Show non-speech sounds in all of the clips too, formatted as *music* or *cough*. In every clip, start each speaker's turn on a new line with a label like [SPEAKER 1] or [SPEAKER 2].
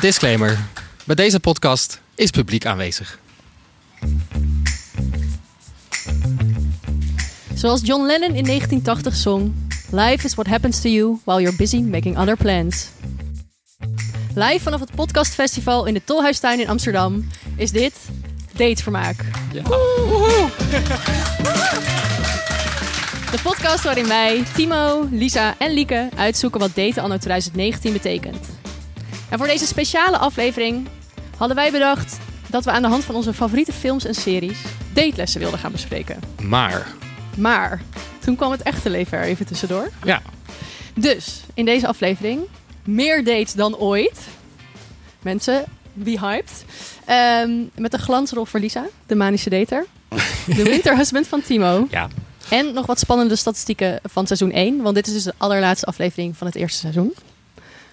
[SPEAKER 1] Disclaimer. Bij deze podcast is publiek aanwezig.
[SPEAKER 2] Zoals John Lennon in 1980 zong: Life is what happens to you while you're busy making other plans. Live vanaf het podcastfestival in de Tolhuistuin in Amsterdam is dit Datevermaak. De podcast waarin wij, Timo, Lisa en Lieke uitzoeken wat daten anno 2019 betekent. En voor deze speciale aflevering hadden wij bedacht dat we aan de hand van onze favoriete films en series datelessen wilden gaan bespreken.
[SPEAKER 1] Maar,
[SPEAKER 2] Maar toen kwam het echte leven er even tussendoor.
[SPEAKER 1] ja,
[SPEAKER 2] Dus in deze aflevering meer dates dan ooit. Mensen, be hyped. Ehm, met de glansrol voor Lisa, de manische
[SPEAKER 1] *laughs*
[SPEAKER 2] dater. De winterhusband van Timo.
[SPEAKER 1] ja.
[SPEAKER 2] En nog wat spannende statistieken van seizoen 1. Want dit is dus de allerlaatste aflevering van het eerste seizoen.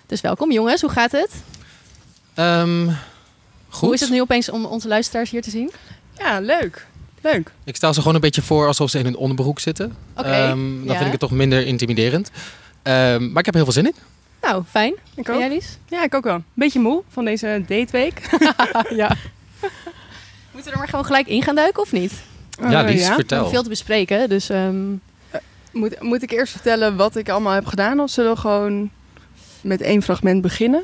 [SPEAKER 2] Dus welkom jongens, hoe gaat het?
[SPEAKER 1] Ehm, goed.
[SPEAKER 2] Hoe is het nu opeens om onze luisteraars hier te zien?
[SPEAKER 3] Ja, leuk. Leuk.
[SPEAKER 1] Ik stel ze gewoon een beetje voor alsof ze in hun onderbroek zitten.
[SPEAKER 2] Oké,
[SPEAKER 1] Ehm, dan
[SPEAKER 2] ja.
[SPEAKER 1] vind ik het toch minder intimiderend. Ehm, maar ik heb er heel veel zin in.
[SPEAKER 2] Nou, fijn.
[SPEAKER 3] Ik
[SPEAKER 2] En jij
[SPEAKER 3] ook.
[SPEAKER 2] Lies?
[SPEAKER 3] Ja, ik ook wel. Beetje moe van deze *laughs* dateweek.
[SPEAKER 2] ja. *laughs* Moeten we er maar gewoon gelijk in gaan duiken of niet?
[SPEAKER 1] ja,
[SPEAKER 3] Eh,
[SPEAKER 1] Lies,
[SPEAKER 2] We hebben
[SPEAKER 1] vertel.
[SPEAKER 2] veel te bespreken, dus... ehm,
[SPEAKER 3] Moet, moet ik eerst vertellen wat ik allemaal heb gedaan? Of zullen we gewoon met één fragment beginnen?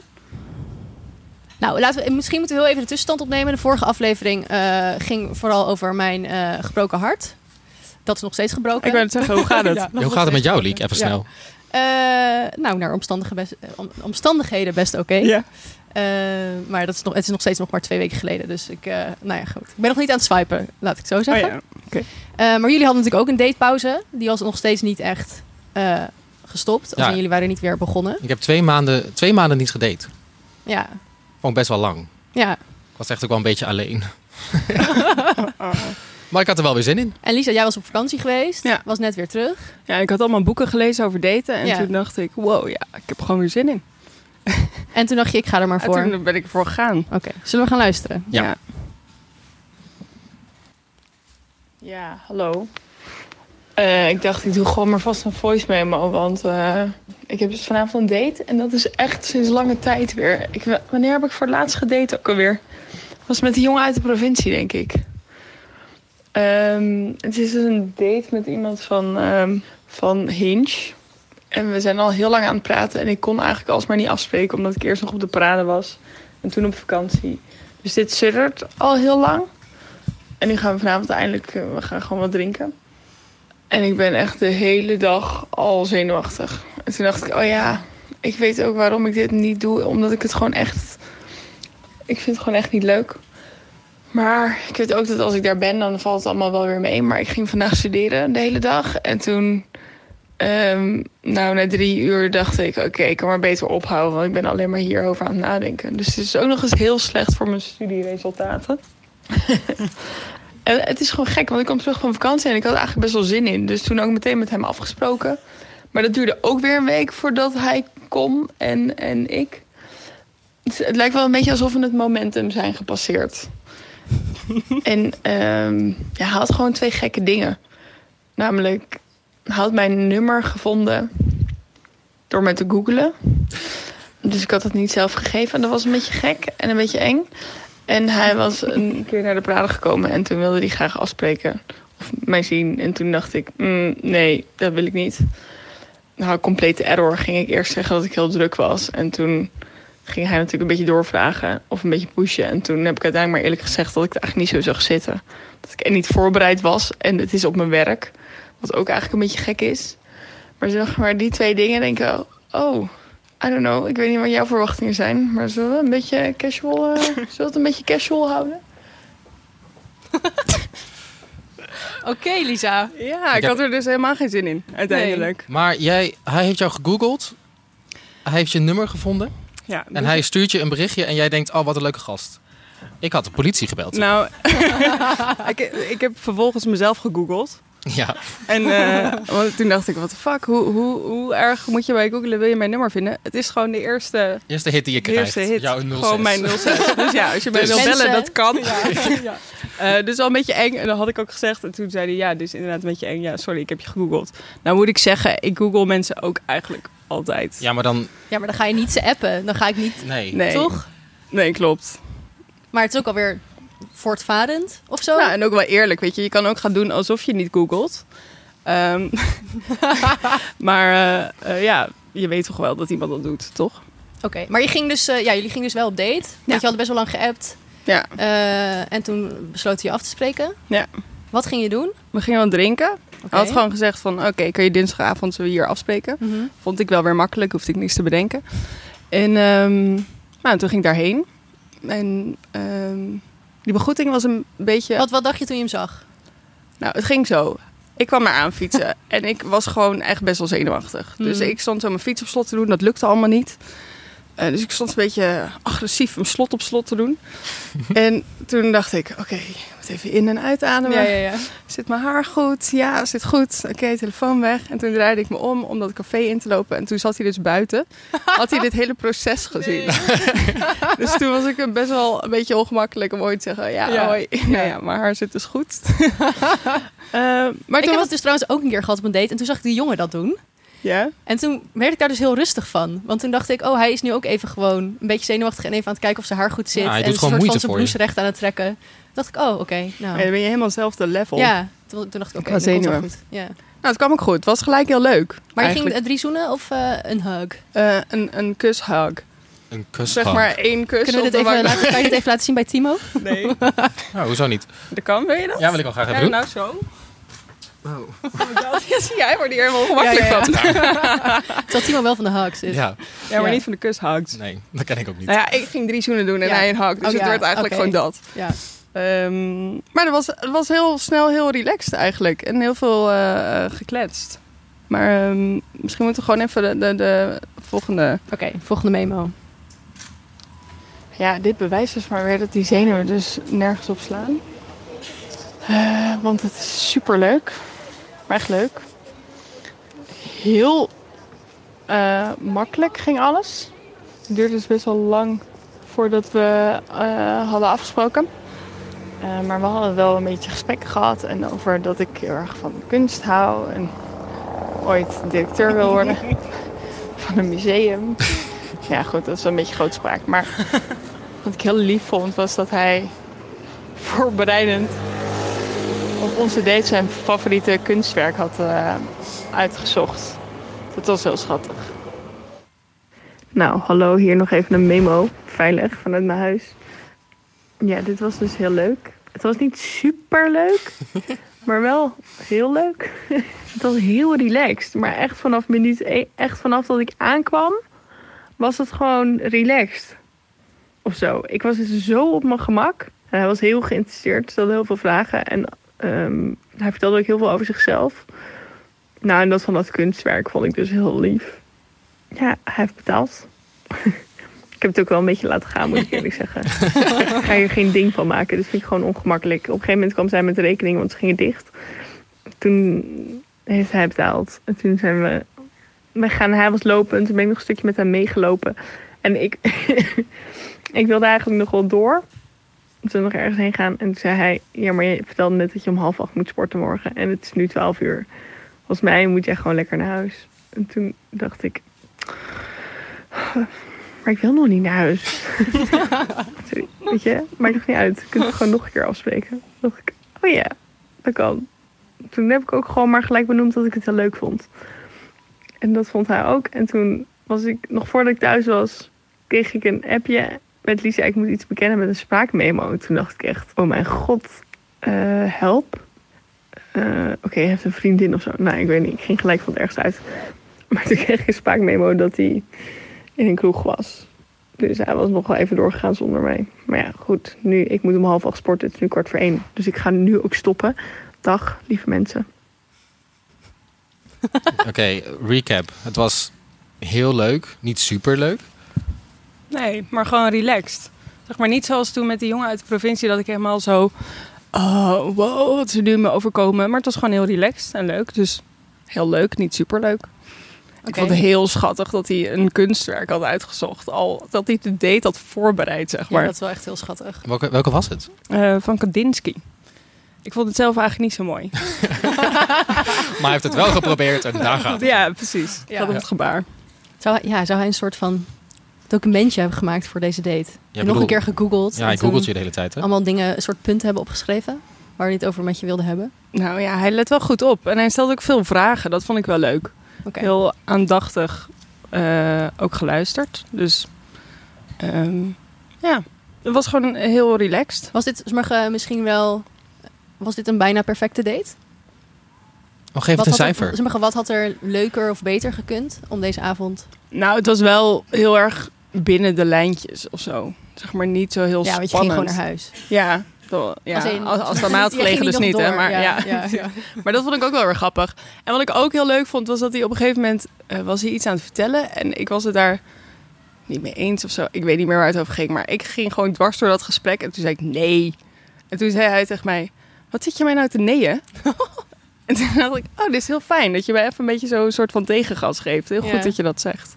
[SPEAKER 2] Nou, laten we, misschien moeten we heel even de tussenstand opnemen. De vorige aflevering eh, ging vooral over mijn eh, gebroken hart. Dat is nog steeds gebroken.
[SPEAKER 3] Ik wou het zeggen, hoe *laughs* gaat het?
[SPEAKER 2] *laughs* Ja, nog
[SPEAKER 1] Hoe gaat het
[SPEAKER 2] steeds.
[SPEAKER 1] met jou, Liek? Even
[SPEAKER 2] Ja.
[SPEAKER 1] snel.
[SPEAKER 2] Eh, nou, naar omstandige best- eh, om- omstandigheden best oké.
[SPEAKER 3] Ja.
[SPEAKER 2] Eh, maar dat is nog, het is nog steeds nog maar twee weken geleden. Dus ik, eh, nou ja, goed. Ik ben nog niet aan het swipen, laat ik het zo
[SPEAKER 3] Oh
[SPEAKER 2] zeggen.
[SPEAKER 3] ja.
[SPEAKER 2] Eh, maar jullie hadden natuurlijk ook een datepauze. Die was nog steeds niet echt eh, gestopt. Als
[SPEAKER 1] Ja.
[SPEAKER 2] in jullie waren niet weer begonnen.
[SPEAKER 1] Ik heb twee maanden, twee maanden niet gedate.
[SPEAKER 2] Ja,
[SPEAKER 1] Vond ik best wel lang.
[SPEAKER 2] ja.
[SPEAKER 1] Ik was echt ook wel een beetje
[SPEAKER 2] *laughs*
[SPEAKER 1] alleen.
[SPEAKER 3] Oh, oh.
[SPEAKER 1] Maar ik had er wel weer zin in.
[SPEAKER 2] En Lisa, jij was op vakantie geweest.
[SPEAKER 3] Ja.
[SPEAKER 2] Was net weer terug.
[SPEAKER 3] Ja, ik had allemaal boeken gelezen over daten. En
[SPEAKER 2] Ja.
[SPEAKER 3] toen dacht ik, wow, ja, ik heb gewoon weer zin in.
[SPEAKER 2] En toen dacht je, ik ga er maar
[SPEAKER 3] En
[SPEAKER 2] voor. Oké,
[SPEAKER 3] toen ben ik ervoor gegaan.
[SPEAKER 2] zullen we gaan luisteren?
[SPEAKER 1] Ja.
[SPEAKER 3] ja. Ja, hallo.
[SPEAKER 4] Eh, ik dacht, ik doe gewoon maar vast een voice memo. Want eh, ik heb dus vanavond een date. En dat is echt sinds lange tijd weer. Ik, wa- wanneer heb ik voor het laatst gedate ook alweer? Was met die jongen uit de provincie, denk ik. Ehm, het is dus een date met iemand van, ehm, van Hinge. En we zijn al heel lang aan het praten. En ik kon eigenlijk alsmaar niet afspreken. Omdat ik eerst nog op de parade was. En toen op vakantie. Dus dit suddert al heel lang. En nu gaan we vanavond eindelijk... eh, we gaan gewoon wat drinken. En ik ben echt de hele dag al zenuwachtig. En toen dacht ik, oh ja, ik weet ook waarom ik dit niet doe. Omdat ik het gewoon echt... Ik vind het gewoon echt niet leuk. Maar ik weet ook dat als ik daar ben, dan valt het allemaal wel weer mee. Maar ik ging vandaag studeren de hele dag. En toen, ehm, nou, na drie uur dacht ik... Oké, ik kan maar beter ophouden, want ik ben alleen maar hierover aan het nadenken. Dus het is ook nog eens heel slecht voor mijn studieresultaten. En het is gewoon gek, want ik kwam terug van vakantie en ik had er eigenlijk best wel zin in. Dus toen ook meteen met hem afgesproken. Maar dat duurde ook weer een week voordat hij kon en, en ik. Het, het lijkt wel een beetje alsof we het momentum zijn gepasseerd. en ehm, ja, hij had gewoon twee gekke dingen. Namelijk, hij had mijn nummer gevonden door me te googlen. Dus ik had het niet zelf gegeven. En dat was een beetje gek en een beetje eng. En hij was een keer naar de parade gekomen en toen wilde hij graag afspreken of mij zien. En toen dacht ik, "Mm, nee, dat wil ik niet. Nou, complete error ging ik eerst zeggen dat ik heel druk was. En toen ging hij natuurlijk een beetje doorvragen of een beetje pushen. En toen heb ik uiteindelijk maar eerlijk gezegd dat ik het eigenlijk niet zo zag zitten. Dat ik en niet voorbereid was en het is op mijn werk, wat ook eigenlijk een beetje gek is. Maar zeg maar, die twee dingen denken, oh, I don't know. Ik weet niet wat jouw verwachtingen zijn. Maar zullen we een beetje casual, eh, zullen we het een beetje casual houden?
[SPEAKER 2] Oké, Lisa.
[SPEAKER 3] Ja, ik
[SPEAKER 1] heb-
[SPEAKER 3] had er dus helemaal geen zin in, uiteindelijk.
[SPEAKER 1] Maar jij, hij heeft jou gegoogeld. Hij heeft je nummer gevonden.
[SPEAKER 3] Ja,
[SPEAKER 1] En hij stuurt je een berichtje en jij denkt, oh wat een leuke gast. Ik had de politie gebeld.
[SPEAKER 3] Nou, *laughs* ik, ik heb vervolgens mezelf gegoogeld.
[SPEAKER 1] *laughs* Ja,
[SPEAKER 3] En eh, want toen dacht ik, wat de fuck, hoe, hoe, hoe erg moet je bij googlen, wil je mijn nummer vinden? Het is gewoon de eerste,
[SPEAKER 1] eerste hit die je
[SPEAKER 3] de
[SPEAKER 1] krijgt.
[SPEAKER 3] eerste hit.
[SPEAKER 1] Jouw 06.
[SPEAKER 3] gewoon mijn
[SPEAKER 1] *laughs*
[SPEAKER 3] 06. Dus ja, als je mij
[SPEAKER 1] Dus-
[SPEAKER 3] wil
[SPEAKER 2] Mensen.
[SPEAKER 3] bellen, dat kan. *laughs* Eh, dus al een beetje eng. En dat had ik ook gezegd. En toen zei hij, ja, dit is inderdaad een beetje eng. Ja, sorry, ik heb je gegoogeld. Nou moet ik zeggen, ik google mensen ook eigenlijk altijd.
[SPEAKER 1] Ja, maar dan,
[SPEAKER 2] Ja, maar dan ga je niet ze appen. Dan ga ik niet...
[SPEAKER 1] nee.
[SPEAKER 3] Nee.
[SPEAKER 2] Toch?
[SPEAKER 3] Nee, klopt.
[SPEAKER 2] Maar het is ook alweer voortvarend of zo.
[SPEAKER 3] Nou, en ook wel eerlijk, weet je. Je kan ook gaan doen alsof je niet googelt. Ehm, *laughs* maar eh, eh, ja, je weet toch wel dat iemand dat doet, toch?
[SPEAKER 2] Oké, maar je ging dus, eh, ja, jullie gingen dus wel op date. Want je had best wel lang geappt.
[SPEAKER 3] Ja.
[SPEAKER 2] eh, en toen besloten je af te spreken.
[SPEAKER 3] Ja.
[SPEAKER 2] Wat ging je doen?
[SPEAKER 3] We gingen wat drinken.
[SPEAKER 2] Oké.
[SPEAKER 3] Hij had gewoon gezegd van, oké, kun je dinsdagavond zullen we hier afspreken?
[SPEAKER 2] Mhm.
[SPEAKER 3] Vond ik wel weer makkelijk, hoefde ik niks te bedenken. En ehm, nou, toen ging ik daarheen. En ehm, die begroeting was een beetje...
[SPEAKER 2] Wat, wat dacht je toen je hem zag?
[SPEAKER 3] Nou, het ging zo. Ik kwam maar aan
[SPEAKER 2] *laughs*
[SPEAKER 3] fietsen en ik was gewoon echt best wel zenuwachtig. Dus
[SPEAKER 2] Hmm.
[SPEAKER 3] ik stond zo mijn fiets op slot te doen, dat lukte allemaal niet. Eh, dus ik stond een beetje agressief mijn slot op slot te
[SPEAKER 2] *laughs*
[SPEAKER 3] doen. en toen dacht ik, oké, ik moet even in- en uitademen.
[SPEAKER 2] ja.
[SPEAKER 3] Zit mijn haar goed? Ja, zit goed. Oké, telefoon weg. En toen draaide ik me om om dat café in te lopen. En toen zat hij dus buiten. Had hij dit hele
[SPEAKER 2] *laughs*
[SPEAKER 3] proces *laughs* gezien. dus toen was ik hem best wel een beetje ongemakkelijk om ooit te zeggen... Ja,
[SPEAKER 2] Ja.
[SPEAKER 3] hoi. Nou ja, mijn haar zit dus goed. *laughs* Eh, maar
[SPEAKER 2] ik
[SPEAKER 3] toen
[SPEAKER 2] heb
[SPEAKER 3] was...
[SPEAKER 2] dat dus trouwens ook een keer gehad op een date. En toen zag ik die jongen dat doen.
[SPEAKER 3] Ja?
[SPEAKER 2] En toen werd ik daar dus heel rustig van. Want toen dacht ik, oh, hij is nu ook even gewoon een beetje zenuwachtig. En even aan het kijken of zijn haar goed zit.
[SPEAKER 1] Ja, hij
[SPEAKER 2] en
[SPEAKER 1] doet
[SPEAKER 2] een
[SPEAKER 1] gewoon
[SPEAKER 2] soort van
[SPEAKER 1] moeite
[SPEAKER 2] zijn
[SPEAKER 1] voor je.
[SPEAKER 2] blouse recht aan het trekken. Toen dacht ik, oh, oké. nou.
[SPEAKER 3] Nee, dan ben je helemaal hetzelfde level.
[SPEAKER 2] Ja, toen, toen dacht ik, oké,
[SPEAKER 3] Qua
[SPEAKER 2] dat komt wel
[SPEAKER 3] zenuwen.
[SPEAKER 2] goed. Ja.
[SPEAKER 3] Nou, het kwam ook goed. Het was gelijk heel leuk.
[SPEAKER 2] Maar je ging
[SPEAKER 3] eigenlijk.
[SPEAKER 2] eh, drie zoenen of eh, een hug?
[SPEAKER 3] Eh, een, een kushug.
[SPEAKER 1] Een kus.
[SPEAKER 3] Zeg maar één kus
[SPEAKER 2] Kunnen we
[SPEAKER 3] op
[SPEAKER 2] dit
[SPEAKER 3] de
[SPEAKER 2] even
[SPEAKER 3] wang.
[SPEAKER 2] laten, kan je dit even laten zien bij
[SPEAKER 3] *laughs*
[SPEAKER 2] Timo?
[SPEAKER 3] Nee,
[SPEAKER 1] Nou, hoezo niet?
[SPEAKER 3] dat kan. Wil je dat?
[SPEAKER 1] Ja, wil ik wel graag
[SPEAKER 3] Ja,
[SPEAKER 1] even doen.
[SPEAKER 3] nou zo. Oh, *laughs* Ja, zie jij wordt hier helemaal ongemakkelijk
[SPEAKER 2] Oh. Ja, ja,
[SPEAKER 3] van.
[SPEAKER 2] Terwijl Timo wel van de hugs is.
[SPEAKER 1] Ja,
[SPEAKER 3] Ja, maar
[SPEAKER 2] Ja.
[SPEAKER 3] niet van de kushugs.
[SPEAKER 1] nee, dat ken ik ook niet.
[SPEAKER 3] Nou ja, ik ging drie zoenen doen en
[SPEAKER 2] Ja.
[SPEAKER 3] hij een hak. Dus
[SPEAKER 2] Oh
[SPEAKER 3] het
[SPEAKER 2] ja,
[SPEAKER 3] werd eigenlijk
[SPEAKER 2] oké.
[SPEAKER 3] gewoon dat.
[SPEAKER 2] Ja.
[SPEAKER 3] Ehm, maar het was, het was heel snel heel relaxed eigenlijk. En heel veel eh, eh, gekletst. Maar ehm, misschien moeten we gewoon even de, de, de volgende...
[SPEAKER 2] Oké, volgende memo.
[SPEAKER 4] Ja, dit bewijst dus maar weer dat die zenuwen dus nergens op slaan. Eh, want het is super leuk. Maar echt leuk. Heel eh, makkelijk ging alles. Het duurde dus best wel lang voordat we eh, hadden afgesproken. Eh, maar we hadden wel een beetje gesprekken gehad. En over dat ik heel erg van kunst hou. En ooit directeur wil worden van een museum. Ja, goed, dat is wel een beetje grootspraak. Maar wat ik heel lief vond was dat hij voorbereidend op onze date zijn favoriete kunstwerk had eh, uitgezocht. Dat was heel schattig. Nou, hallo, hier nog even een memo. Veilig vanuit mijn huis. Ja, dit was dus heel leuk. Het was niet super leuk, maar wel heel leuk. *laughs* Het was heel relaxed, maar echt vanaf minuut één- echt vanaf dat ik aankwam, was het gewoon relaxed of zo. Ik was dus zo op mijn gemak. En hij was heel geïnteresseerd, stelde heel veel vragen. En ehm, hij vertelde ook heel veel over zichzelf. Nou, en dat van dat kunstwerk vond ik dus heel lief. Ja, hij heeft betaald. *laughs* ik heb het ook wel een beetje laten gaan, moet ik eerlijk zeggen. ik ga hier geen ding van maken, dus vind ik gewoon ongemakkelijk. Op een gegeven moment kwam zij met de rekening, want ze gingen dicht. Toen heeft hij betaald. En toen zijn we... We gaan, hij was lopen en toen ben ik nog een stukje met hem meegelopen. En ik, ik wilde eigenlijk nog wel door. Toen nog ergens heen gaan. En toen zei hij, ja, maar je vertelde net dat je om half acht moet sporten morgen. En het is nu twaalf uur. Volgens mij moet jij gewoon lekker naar huis. En toen dacht ik, maar ik wil nog niet naar huis. Sorry, weet je, maakt nog niet uit. Je kunt het gewoon nog een keer afspreken. Toen dacht ik, oh ja, dat kan. Toen heb ik ook gewoon maar gelijk benoemd dat ik het heel leuk vond. En dat vond hij ook. En toen was ik, nog voordat ik thuis was, kreeg ik een appje met Lisa, ik moet iets bekennen met een spraakmemo. Toen dacht ik echt, oh mijn god, eh, help. Eh, Oké, hij heeft een vriendin of zo. Nou, ik weet niet, ik ging gelijk van het ergste uit. *laughs* Maar toen kreeg ik een spraakmemo dat hij in een kroeg was. Dus hij was nog wel even doorgegaan zonder mij. Maar ja, goed, nu, ik moet om half acht sporten, het is nu kwart voor één. Dus ik ga nu ook stoppen. Dag, lieve mensen.
[SPEAKER 1] Oké, recap. Het was heel leuk, niet super leuk.
[SPEAKER 3] Nee, maar gewoon relaxed. Zeg maar niet zoals toen met die jongen uit de provincie dat ik helemaal zo... Oh, wow, wat ze nu me overkomen. Maar het was gewoon heel relaxed en leuk. Dus heel leuk, niet superleuk. Ik
[SPEAKER 2] Oké.
[SPEAKER 3] vond het heel schattig dat hij een kunstwerk had uitgezocht. Al dat hij de date had voorbereid, zeg
[SPEAKER 2] Ja,
[SPEAKER 3] maar.
[SPEAKER 2] dat is wel echt heel schattig.
[SPEAKER 1] Welke, welke was het?
[SPEAKER 3] Eh, van Kandinsky. Ik vond het zelf eigenlijk niet zo
[SPEAKER 4] *laughs*
[SPEAKER 3] mooi.
[SPEAKER 1] Maar hij heeft het wel geprobeerd en daar gaat het.
[SPEAKER 3] ja, precies.
[SPEAKER 2] Ja.
[SPEAKER 3] Dat was het gebaar.
[SPEAKER 2] Zou hij, ja, zou hij een soort van documentje heb gemaakt voor deze date. en nog een
[SPEAKER 1] bedoelt-
[SPEAKER 2] keer gegoogeld.
[SPEAKER 1] Ja,
[SPEAKER 2] en
[SPEAKER 1] ik
[SPEAKER 2] toen
[SPEAKER 1] googelt je de hele tijd, hè?
[SPEAKER 2] Allemaal dingen, een soort punten hebben opgeschreven. Waar we het over met je wilden hebben.
[SPEAKER 3] Nou ja, hij let wel goed op. En hij stelde ook veel vragen. Dat vond ik wel leuk.
[SPEAKER 2] Oké.
[SPEAKER 3] Heel aandachtig eh, ook geluisterd. Dus ehm, ja, het was gewoon heel relaxed.
[SPEAKER 2] Was dit zeg maar, eh, misschien wel... Was dit een bijna perfecte date?
[SPEAKER 1] Oh, geef het een
[SPEAKER 2] had er-
[SPEAKER 1] cijfer.
[SPEAKER 2] zeg maar, wat had er leuker of beter gekund om deze avond?
[SPEAKER 3] Nou, het was wel heel erg binnen de lijntjes of zo. Zeg maar niet zo heel
[SPEAKER 2] ja, want
[SPEAKER 3] spannend.
[SPEAKER 2] je ging gewoon naar huis.
[SPEAKER 3] Ja, dat- *laughs* ja.
[SPEAKER 2] Als
[SPEAKER 3] Als,
[SPEAKER 2] in- *laughs*
[SPEAKER 3] als, het aan mij had
[SPEAKER 2] Jij ging
[SPEAKER 3] gelegen dus niet,
[SPEAKER 2] nog
[SPEAKER 3] hè.
[SPEAKER 2] door.
[SPEAKER 3] Maar, ja,
[SPEAKER 2] ja,
[SPEAKER 3] *laughs*
[SPEAKER 2] ja.
[SPEAKER 3] maar dat vond ik ook wel weer grappig. En wat ik ook heel leuk vond, was dat hij op een gegeven moment... eh, was hij iets aan het vertellen en ik was het daar niet mee eens of zo. Ik weet niet meer waar het over ging, maar ik ging gewoon dwars door dat gesprek. En toen zei ik nee. En toen zei hij tegen mij, wat zit je mij nou te neeën? en toen dacht ik, oh, dit is heel fijn. Dat je mij even een beetje zo'n soort van tegengas geeft. Heel goed
[SPEAKER 2] Ja.
[SPEAKER 3] dat je dat zegt.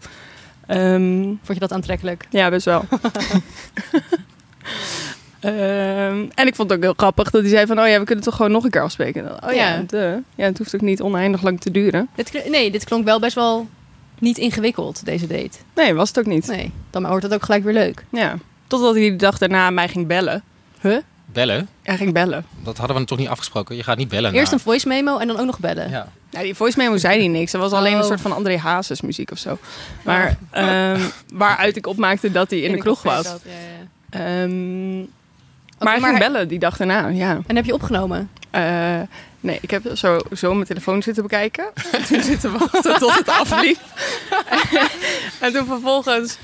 [SPEAKER 3] Ehm,
[SPEAKER 2] Vond je dat aantrekkelijk?
[SPEAKER 3] ja, best *laughs* wel. Ehm, en ik vond het ook heel grappig dat hij zei van... oh ja, we kunnen toch gewoon nog een keer afspreken. En dan, Oh ja,
[SPEAKER 2] Ja.
[SPEAKER 3] duh. ja, het hoeft ook niet oneindig lang te duren.
[SPEAKER 2] Dit, kl- nee, dit klonk wel best wel niet ingewikkeld, deze date.
[SPEAKER 3] Nee, was het ook niet.
[SPEAKER 2] Nee, dan wordt het ook gelijk weer leuk.
[SPEAKER 3] Ja. Totdat hij de dag daarna mij ging bellen.
[SPEAKER 2] Huh?
[SPEAKER 1] Bellen?
[SPEAKER 3] Hij ging bellen.
[SPEAKER 1] Dat hadden we toch niet afgesproken? Je gaat niet bellen.
[SPEAKER 2] Eerst
[SPEAKER 1] na-
[SPEAKER 2] een voice memo en dan ook nog bellen.
[SPEAKER 1] nou. Ja.
[SPEAKER 3] Nou, die voice memo zei hij niks. Dat was alleen
[SPEAKER 2] Oh.
[SPEAKER 3] een soort van André Hazes muziek of zo. Maar ehm, waaruit ik opmaakte dat hij in, de kroeg was.
[SPEAKER 2] Oké,
[SPEAKER 3] Ehm, maar
[SPEAKER 2] maar
[SPEAKER 3] hij ging
[SPEAKER 2] hij-
[SPEAKER 3] bellen die dag daarna, ja.
[SPEAKER 2] En heb je opgenomen?
[SPEAKER 3] Eh, nee, ik heb zo, zo mijn telefoon zitten bekijken. En toen zitten wachten tot het
[SPEAKER 2] *laughs*
[SPEAKER 3] afliep. en toen vervolgens,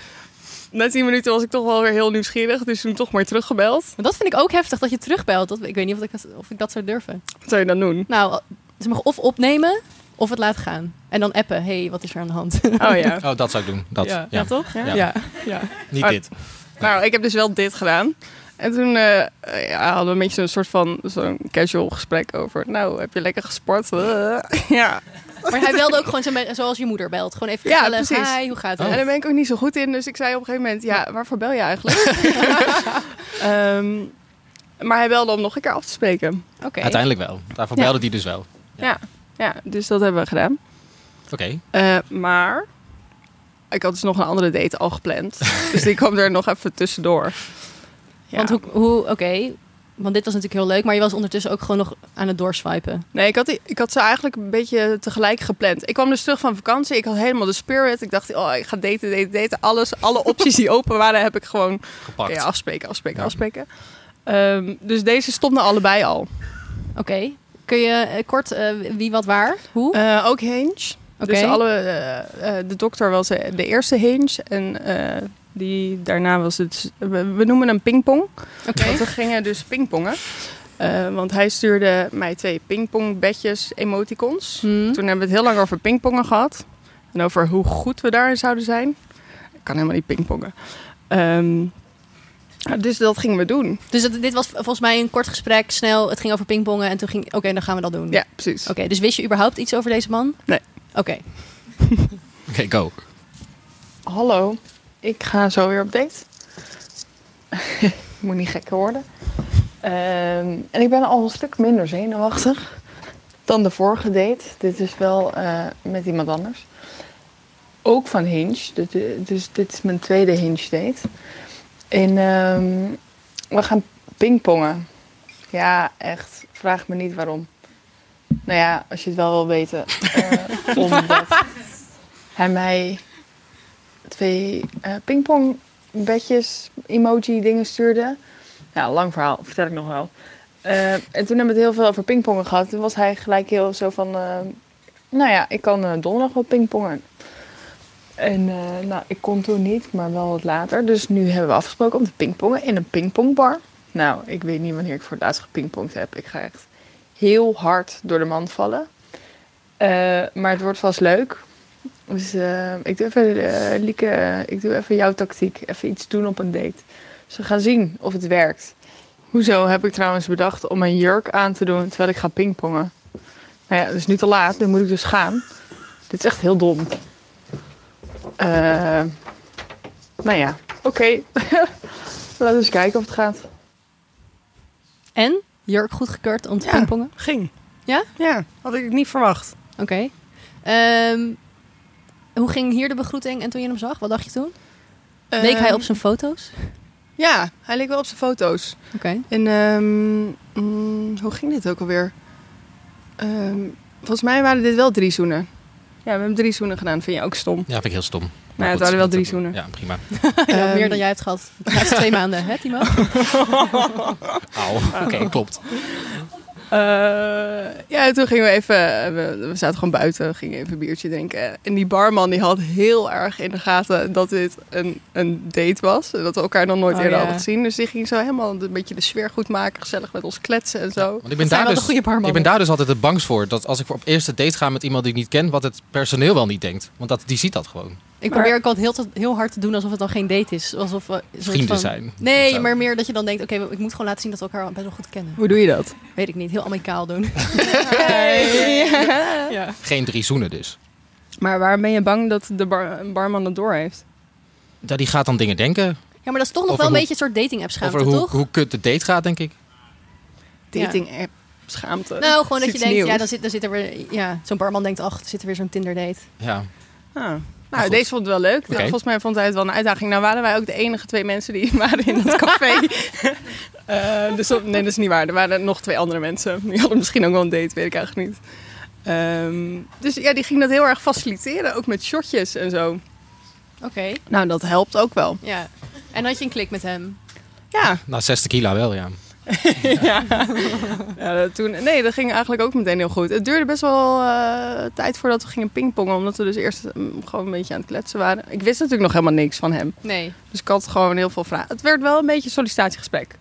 [SPEAKER 3] na tien minuten was ik toch wel weer heel nieuwsgierig. Dus toen toch maar teruggebeld.
[SPEAKER 2] Want dat vind ik ook heftig dat je terugbelt. Dat, ik weet niet of ik, dat- of ik dat zou durven.
[SPEAKER 3] Wat zou je dan doen?
[SPEAKER 2] Nou, ze mag of opnemen of het laten gaan. En dan appen. Hé, hey, wat is er aan de hand? *laughs*
[SPEAKER 3] Oh ja.
[SPEAKER 1] Oh, dat zou ik doen. Dat. Ja.
[SPEAKER 2] Ja, toch?
[SPEAKER 3] Ja.
[SPEAKER 2] ja.
[SPEAKER 1] Niet
[SPEAKER 3] Oh.
[SPEAKER 1] dit.
[SPEAKER 3] Nou, ik heb dus wel dit gedaan. En toen eh, eh, ja, hadden we een beetje zo'n soort van zo'n casual gesprek over. Nou, heb je lekker gesport? *laughs* Eh, ja.
[SPEAKER 2] Maar hij belde ook gewoon zo met- zoals je moeder belt. Gewoon even
[SPEAKER 3] Ja,
[SPEAKER 2] gezellig.
[SPEAKER 3] precies.
[SPEAKER 2] Hi, hoe gaat
[SPEAKER 1] Oh.
[SPEAKER 3] En
[SPEAKER 2] het?
[SPEAKER 3] daar ben ik ook niet zo goed in, dus ik zei op een gegeven moment, ja, waarvoor bel
[SPEAKER 1] *laughs*
[SPEAKER 3] je eigenlijk? Ehm, maar hij belde om nog een keer af te spreken.
[SPEAKER 2] Oké.
[SPEAKER 1] Uiteindelijk wel. Daarvoor
[SPEAKER 3] Ja.
[SPEAKER 1] belde die dus wel. Oké.
[SPEAKER 3] Ja, dus dat hebben we gedaan. Eh, maar ik had dus nog een andere date al
[SPEAKER 1] *laughs*
[SPEAKER 3] gepland. dus die kwam er nog even tussendoor. Ja.
[SPEAKER 2] Want hoe, hoe oké, want dit was natuurlijk heel leuk, maar je was ondertussen ook gewoon nog aan het doorswipen.
[SPEAKER 3] Nee, ik had, die- ik had ze eigenlijk een beetje tegelijk gepland. Ik kwam dus terug van vakantie. Ik had helemaal de spirit. Ik dacht, oh, ik ga daten, daten, daten. Alles, alle opties die open waren, heb ik gewoon
[SPEAKER 1] Gepakt.
[SPEAKER 3] Oké, afspreken, afspreken,
[SPEAKER 1] Ja.
[SPEAKER 3] afspreken. Ehm, dus deze stonden allebei al.
[SPEAKER 2] Oké, kun je eh, kort eh, wie wat waar, hoe?
[SPEAKER 3] Eh, ook Hinge.
[SPEAKER 2] Oké.
[SPEAKER 3] Dus alle, eh, eh, de dokter was eh, de eerste Hinge. En eh, die, daarna was het... We, we noemen hem pingpong.
[SPEAKER 2] Oké,
[SPEAKER 3] Want we gingen dus pingpongen. Eh, want hij stuurde mij twee pingpongbedjes emoticons.
[SPEAKER 2] Hmm.
[SPEAKER 3] Toen hebben we het heel lang over pingpongen gehad. En over hoe goed we daarin zouden zijn. Ik kan helemaal niet pingpongen. Ehm, dus dat gingen we doen.
[SPEAKER 2] dus het- dit was volgens mij een kort gesprek, snel, het ging over pingpongen en toen ging, oké, dan gaan we dat doen.
[SPEAKER 3] Ja, precies.
[SPEAKER 2] Oké, dus wist je überhaupt iets over deze man?
[SPEAKER 3] Nee.
[SPEAKER 2] Oké,
[SPEAKER 1] Oké, go.
[SPEAKER 4] Hallo, ik ga zo weer op date. *laughs* ik moet niet gekker worden. Ehm, en ik ben al een stuk minder zenuwachtig dan de vorige date. Dit is wel eh, met iemand anders. Ook van Hinge. Dit- Dus dit is mijn tweede Hinge date. En ehm, we gaan pingpongen. Ja, echt. Vraag me niet waarom. Nou ja, als je het wel wil weten. eh, omdat hij mij twee eh pingpongbedjes emoji dingen stuurde. Ja, lang verhaal, vertel ik nog wel. Eh, en toen hebben we het heel veel over pingpongen gehad. Toen was hij gelijk heel zo van, eh, nou ja, ik kan eh, donderdag wel pingpongen. En eh, nou, ik kon toen niet, maar wel wat later. Dus nu hebben we afgesproken om te pingpongen in een pingpongbar. Nou, ik weet niet wanneer ik voor het laatst gepingpongd heb. Ik ga echt heel hard door de mand vallen. Eh, maar het wordt vast leuk. Dus eh, ik doe even, eh, Lieke, eh, ik doe even jouw tactiek. Even iets doen op een date. Dus we gaan zien of het werkt. Hoezo heb ik trouwens bedacht om een jurk aan te doen terwijl ik ga pingpongen? Nou ja, het is nu te laat. Nu moet ik dus gaan. Dit is echt heel dom. Eh, nou ja, oké. *laughs* Laten we eens kijken of het gaat.
[SPEAKER 2] en? Jurk goedgekeurd om te
[SPEAKER 3] Ja.
[SPEAKER 2] pingpongen?
[SPEAKER 3] Ging.
[SPEAKER 2] Ja?
[SPEAKER 3] Ja, had ik niet verwacht.
[SPEAKER 2] Oké. Ehm, hoe ging hier de begroeting en toen je hem zag, wat dacht je toen? Leek hij
[SPEAKER 3] Ehm,
[SPEAKER 2] op zijn foto's?
[SPEAKER 3] Ja, hij leek wel op zijn foto's.
[SPEAKER 2] Oké.
[SPEAKER 3] En ehm, mm, hoe ging dit ook alweer? Ehm, volgens mij waren dit wel drie zoenen. Ja, we hebben drie zoenen gedaan. Vind je ook stom?
[SPEAKER 1] Ja, vind ik heel stom. Maar
[SPEAKER 3] het
[SPEAKER 1] goed,
[SPEAKER 3] waren Nou, wel
[SPEAKER 1] dat-
[SPEAKER 3] drie zoenen.
[SPEAKER 1] Ja, prima.
[SPEAKER 2] *laughs* *laughs* Ja,
[SPEAKER 3] Ehm,
[SPEAKER 2] meer dan jij hebt gehad. De laatste twee maanden, hè Timo? *laughs*
[SPEAKER 1] Auw. Oké, klopt.
[SPEAKER 3] Eh, ja, toen gingen we even... eh, We, we zaten gewoon buiten, we gingen even een biertje drinken. En die barman die had heel erg in de gaten dat dit een, een date was. en Dat we elkaar nog nooit
[SPEAKER 2] Oh,
[SPEAKER 3] eerder
[SPEAKER 2] ja.
[SPEAKER 3] hadden gezien. Dus die ging zo helemaal een beetje de sfeer goed maken. Gezellig met ons kletsen en zo.
[SPEAKER 1] Want ik ben,
[SPEAKER 2] Dat zijn
[SPEAKER 1] daar
[SPEAKER 2] wel de
[SPEAKER 1] dus,
[SPEAKER 2] goede barman.
[SPEAKER 1] ik ben daar dus altijd het bangst voor. Dat als ik voor op eerste date ga met iemand die ik niet ken, wat het personeel wel niet denkt. Want dat, die ziet dat gewoon.
[SPEAKER 2] Ik probeer ook altijd heel, heel hard te doen alsof het dan geen date is. Alsof we een soort
[SPEAKER 1] Vrienden
[SPEAKER 2] van-
[SPEAKER 1] zijn.
[SPEAKER 2] Nee,
[SPEAKER 1] Zo.
[SPEAKER 2] maar meer dat je dan denkt, oké, ik moet gewoon laten zien dat we elkaar best wel goed kennen.
[SPEAKER 3] Hoe doe je dat?
[SPEAKER 2] Weet ik niet, heel amicaal *laughs* doen. ja.
[SPEAKER 1] Geen drie zoenen dus.
[SPEAKER 3] Maar waarom ben je bang dat de bar- barman dat door heeft?
[SPEAKER 1] Ja, die gaat dan dingen denken
[SPEAKER 2] ja, maar dat is toch nog
[SPEAKER 1] Over
[SPEAKER 2] wel een
[SPEAKER 1] hoe-
[SPEAKER 2] beetje een soort dating app
[SPEAKER 1] over
[SPEAKER 2] schaamte,
[SPEAKER 1] hoe,
[SPEAKER 2] toch?
[SPEAKER 1] hoe kut de date gaat, denk ik.
[SPEAKER 2] Ja.
[SPEAKER 3] Dating app, schaamte.
[SPEAKER 2] nou, gewoon dat je
[SPEAKER 3] Iets
[SPEAKER 2] denkt,
[SPEAKER 3] nieuws.
[SPEAKER 2] ja, dan zit, dan zit er weer, ja, zo'n barman denkt, ach, er zit er weer zo'n Tinder date.
[SPEAKER 1] Ja.
[SPEAKER 3] Ah.
[SPEAKER 1] Maar
[SPEAKER 3] Nou,
[SPEAKER 1] goed.
[SPEAKER 3] deze vond het wel leuk.
[SPEAKER 1] Oké.
[SPEAKER 3] Volgens mij vond hij het wel een uitdaging. Nou waren wij ook de enige twee mensen die *laughs* waren in dat café.
[SPEAKER 2] *laughs*
[SPEAKER 3] Eh, dus dat- nee, dat is niet waar. Er waren nog twee andere mensen. Die hadden misschien ook wel een date, weet ik eigenlijk niet. Ehm, dus ja, die ging dat heel erg faciliteren. Ook met shotjes en zo.
[SPEAKER 2] Oké,
[SPEAKER 3] Nou, dat helpt ook wel.
[SPEAKER 2] ja. En had je een klik met hem?
[SPEAKER 3] Ja.
[SPEAKER 1] Na 60 kilo wel, ja.
[SPEAKER 3] ja. ja dat toen, nee, dat ging eigenlijk ook meteen heel goed. Het duurde best wel eh, tijd voordat we gingen pingpongen. Omdat we dus eerst mm, gewoon een beetje aan het kletsen waren. Ik wist natuurlijk nog helemaal niks van hem.
[SPEAKER 2] Nee.
[SPEAKER 3] Dus ik had gewoon heel veel vragen. Het werd wel een beetje een sollicitatiegesprek.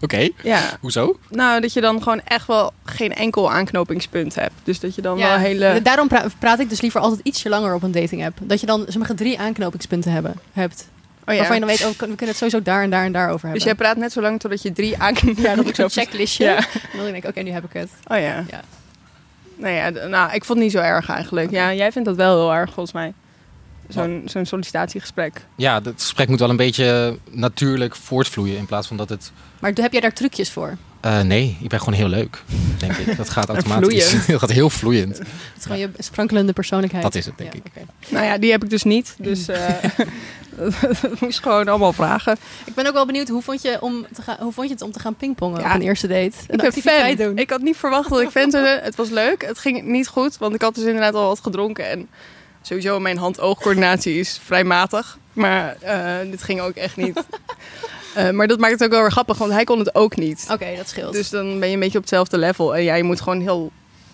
[SPEAKER 1] Oké,
[SPEAKER 3] Ja.
[SPEAKER 1] hoezo?
[SPEAKER 3] Nou, dat je dan gewoon echt wel geen enkel aanknopingspunt hebt. Dus dat je dan wel hele...
[SPEAKER 2] Daarom pra- praat ik dus liever altijd ietsje langer op een dating app. Dat je dan sommige drie aanknopingspunten hebben, hebt.
[SPEAKER 3] Oh, ja.
[SPEAKER 2] Waarvan je dan weet, oh, we kunnen het sowieso daar en daar en daar over hebben.
[SPEAKER 3] Dus jij praat net zo lang totdat je drie aanknopingspunten...
[SPEAKER 2] ja, dat *laughs* ik zo'n checklistje.
[SPEAKER 3] Ja.
[SPEAKER 2] En dan denk ik, oké, nu heb ik het.
[SPEAKER 3] Oh ja.
[SPEAKER 2] Ja.
[SPEAKER 3] Nou ja, d- nou, ik vond het niet zo erg eigenlijk. Ja, jij vindt dat wel heel erg volgens mij. Zo'n zo'n sollicitatiegesprek.
[SPEAKER 1] Ja, het gesprek moet wel een beetje natuurlijk voortvloeien in plaats van dat het...
[SPEAKER 2] Maar heb jij daar trucjes voor?
[SPEAKER 1] eh, nee, ik ben gewoon heel leuk, denk ik. Dat gaat automatisch.
[SPEAKER 3] vloeiend.
[SPEAKER 1] *laughs* dat gaat heel vloeiend.
[SPEAKER 2] Het is gewoon je sprankelende persoonlijkheid.
[SPEAKER 1] Dat is het, denk ik.
[SPEAKER 2] oké.
[SPEAKER 3] Nou ja, die heb ik dus niet.
[SPEAKER 2] *laughs*
[SPEAKER 3] Dus eh *laughs* dat moest gewoon allemaal vragen.
[SPEAKER 2] Ik ben ook wel benieuwd, hoe vond je, om te gaan, hoe vond je het om te gaan pingpongen
[SPEAKER 3] Ja.
[SPEAKER 2] op een eerste date? Een
[SPEAKER 3] ik ben fan.
[SPEAKER 2] activiteit doen.
[SPEAKER 3] Ik had niet verwacht dat ik fan zou zijn. Het was leuk. Het ging niet goed, want ik had dus inderdaad al wat gedronken. En sowieso mijn hand-oogcoördinatie is vrij matig. Maar eh, dit ging ook echt niet.
[SPEAKER 2] *laughs*
[SPEAKER 3] Eh, maar dat maakt het ook wel weer grappig, want hij kon het ook niet.
[SPEAKER 2] Oké, Oh, dat scheelt.
[SPEAKER 3] Dus dan ben je een beetje op hetzelfde level. En ja, je moet gewoon heel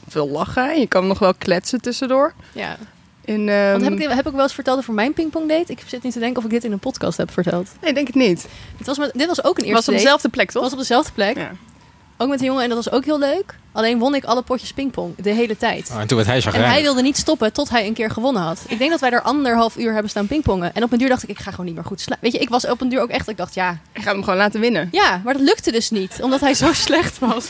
[SPEAKER 3] veel lachen. En je kan nog wel kletsen tussendoor.
[SPEAKER 2] ja.
[SPEAKER 3] En, ehm,
[SPEAKER 2] Want heb ik, heb ik wel eens verteld over mijn pingpong date? Ik zit nu te denken of ik dit in een podcast heb verteld.
[SPEAKER 3] Nee, denk het niet. Het
[SPEAKER 2] Dit was, met, dit was ook een
[SPEAKER 3] was
[SPEAKER 2] eerste
[SPEAKER 3] op
[SPEAKER 2] date.
[SPEAKER 3] dezelfde plek,
[SPEAKER 2] Het
[SPEAKER 3] toch?
[SPEAKER 2] was op dezelfde plek.
[SPEAKER 3] Ja.
[SPEAKER 2] Ook met een jongen en dat was ook heel leuk. Alleen won ik alle potjes pingpong de hele tijd.
[SPEAKER 1] Oh, en toen werd hij
[SPEAKER 2] En
[SPEAKER 1] chagrijnig.
[SPEAKER 2] hij wilde niet stoppen tot hij een keer gewonnen had. Ik denk dat wij er anderhalf uur hebben staan pingpongen. En op een duur dacht ik, ik ga gewoon niet meer goed slaan. Weet je, ik was op een duur ook echt, ik dacht, ja.
[SPEAKER 3] Ik ga hem gewoon laten winnen.
[SPEAKER 2] Ja, *laughs* maar dat lukte dus niet. Omdat hij zo *laughs* slecht was.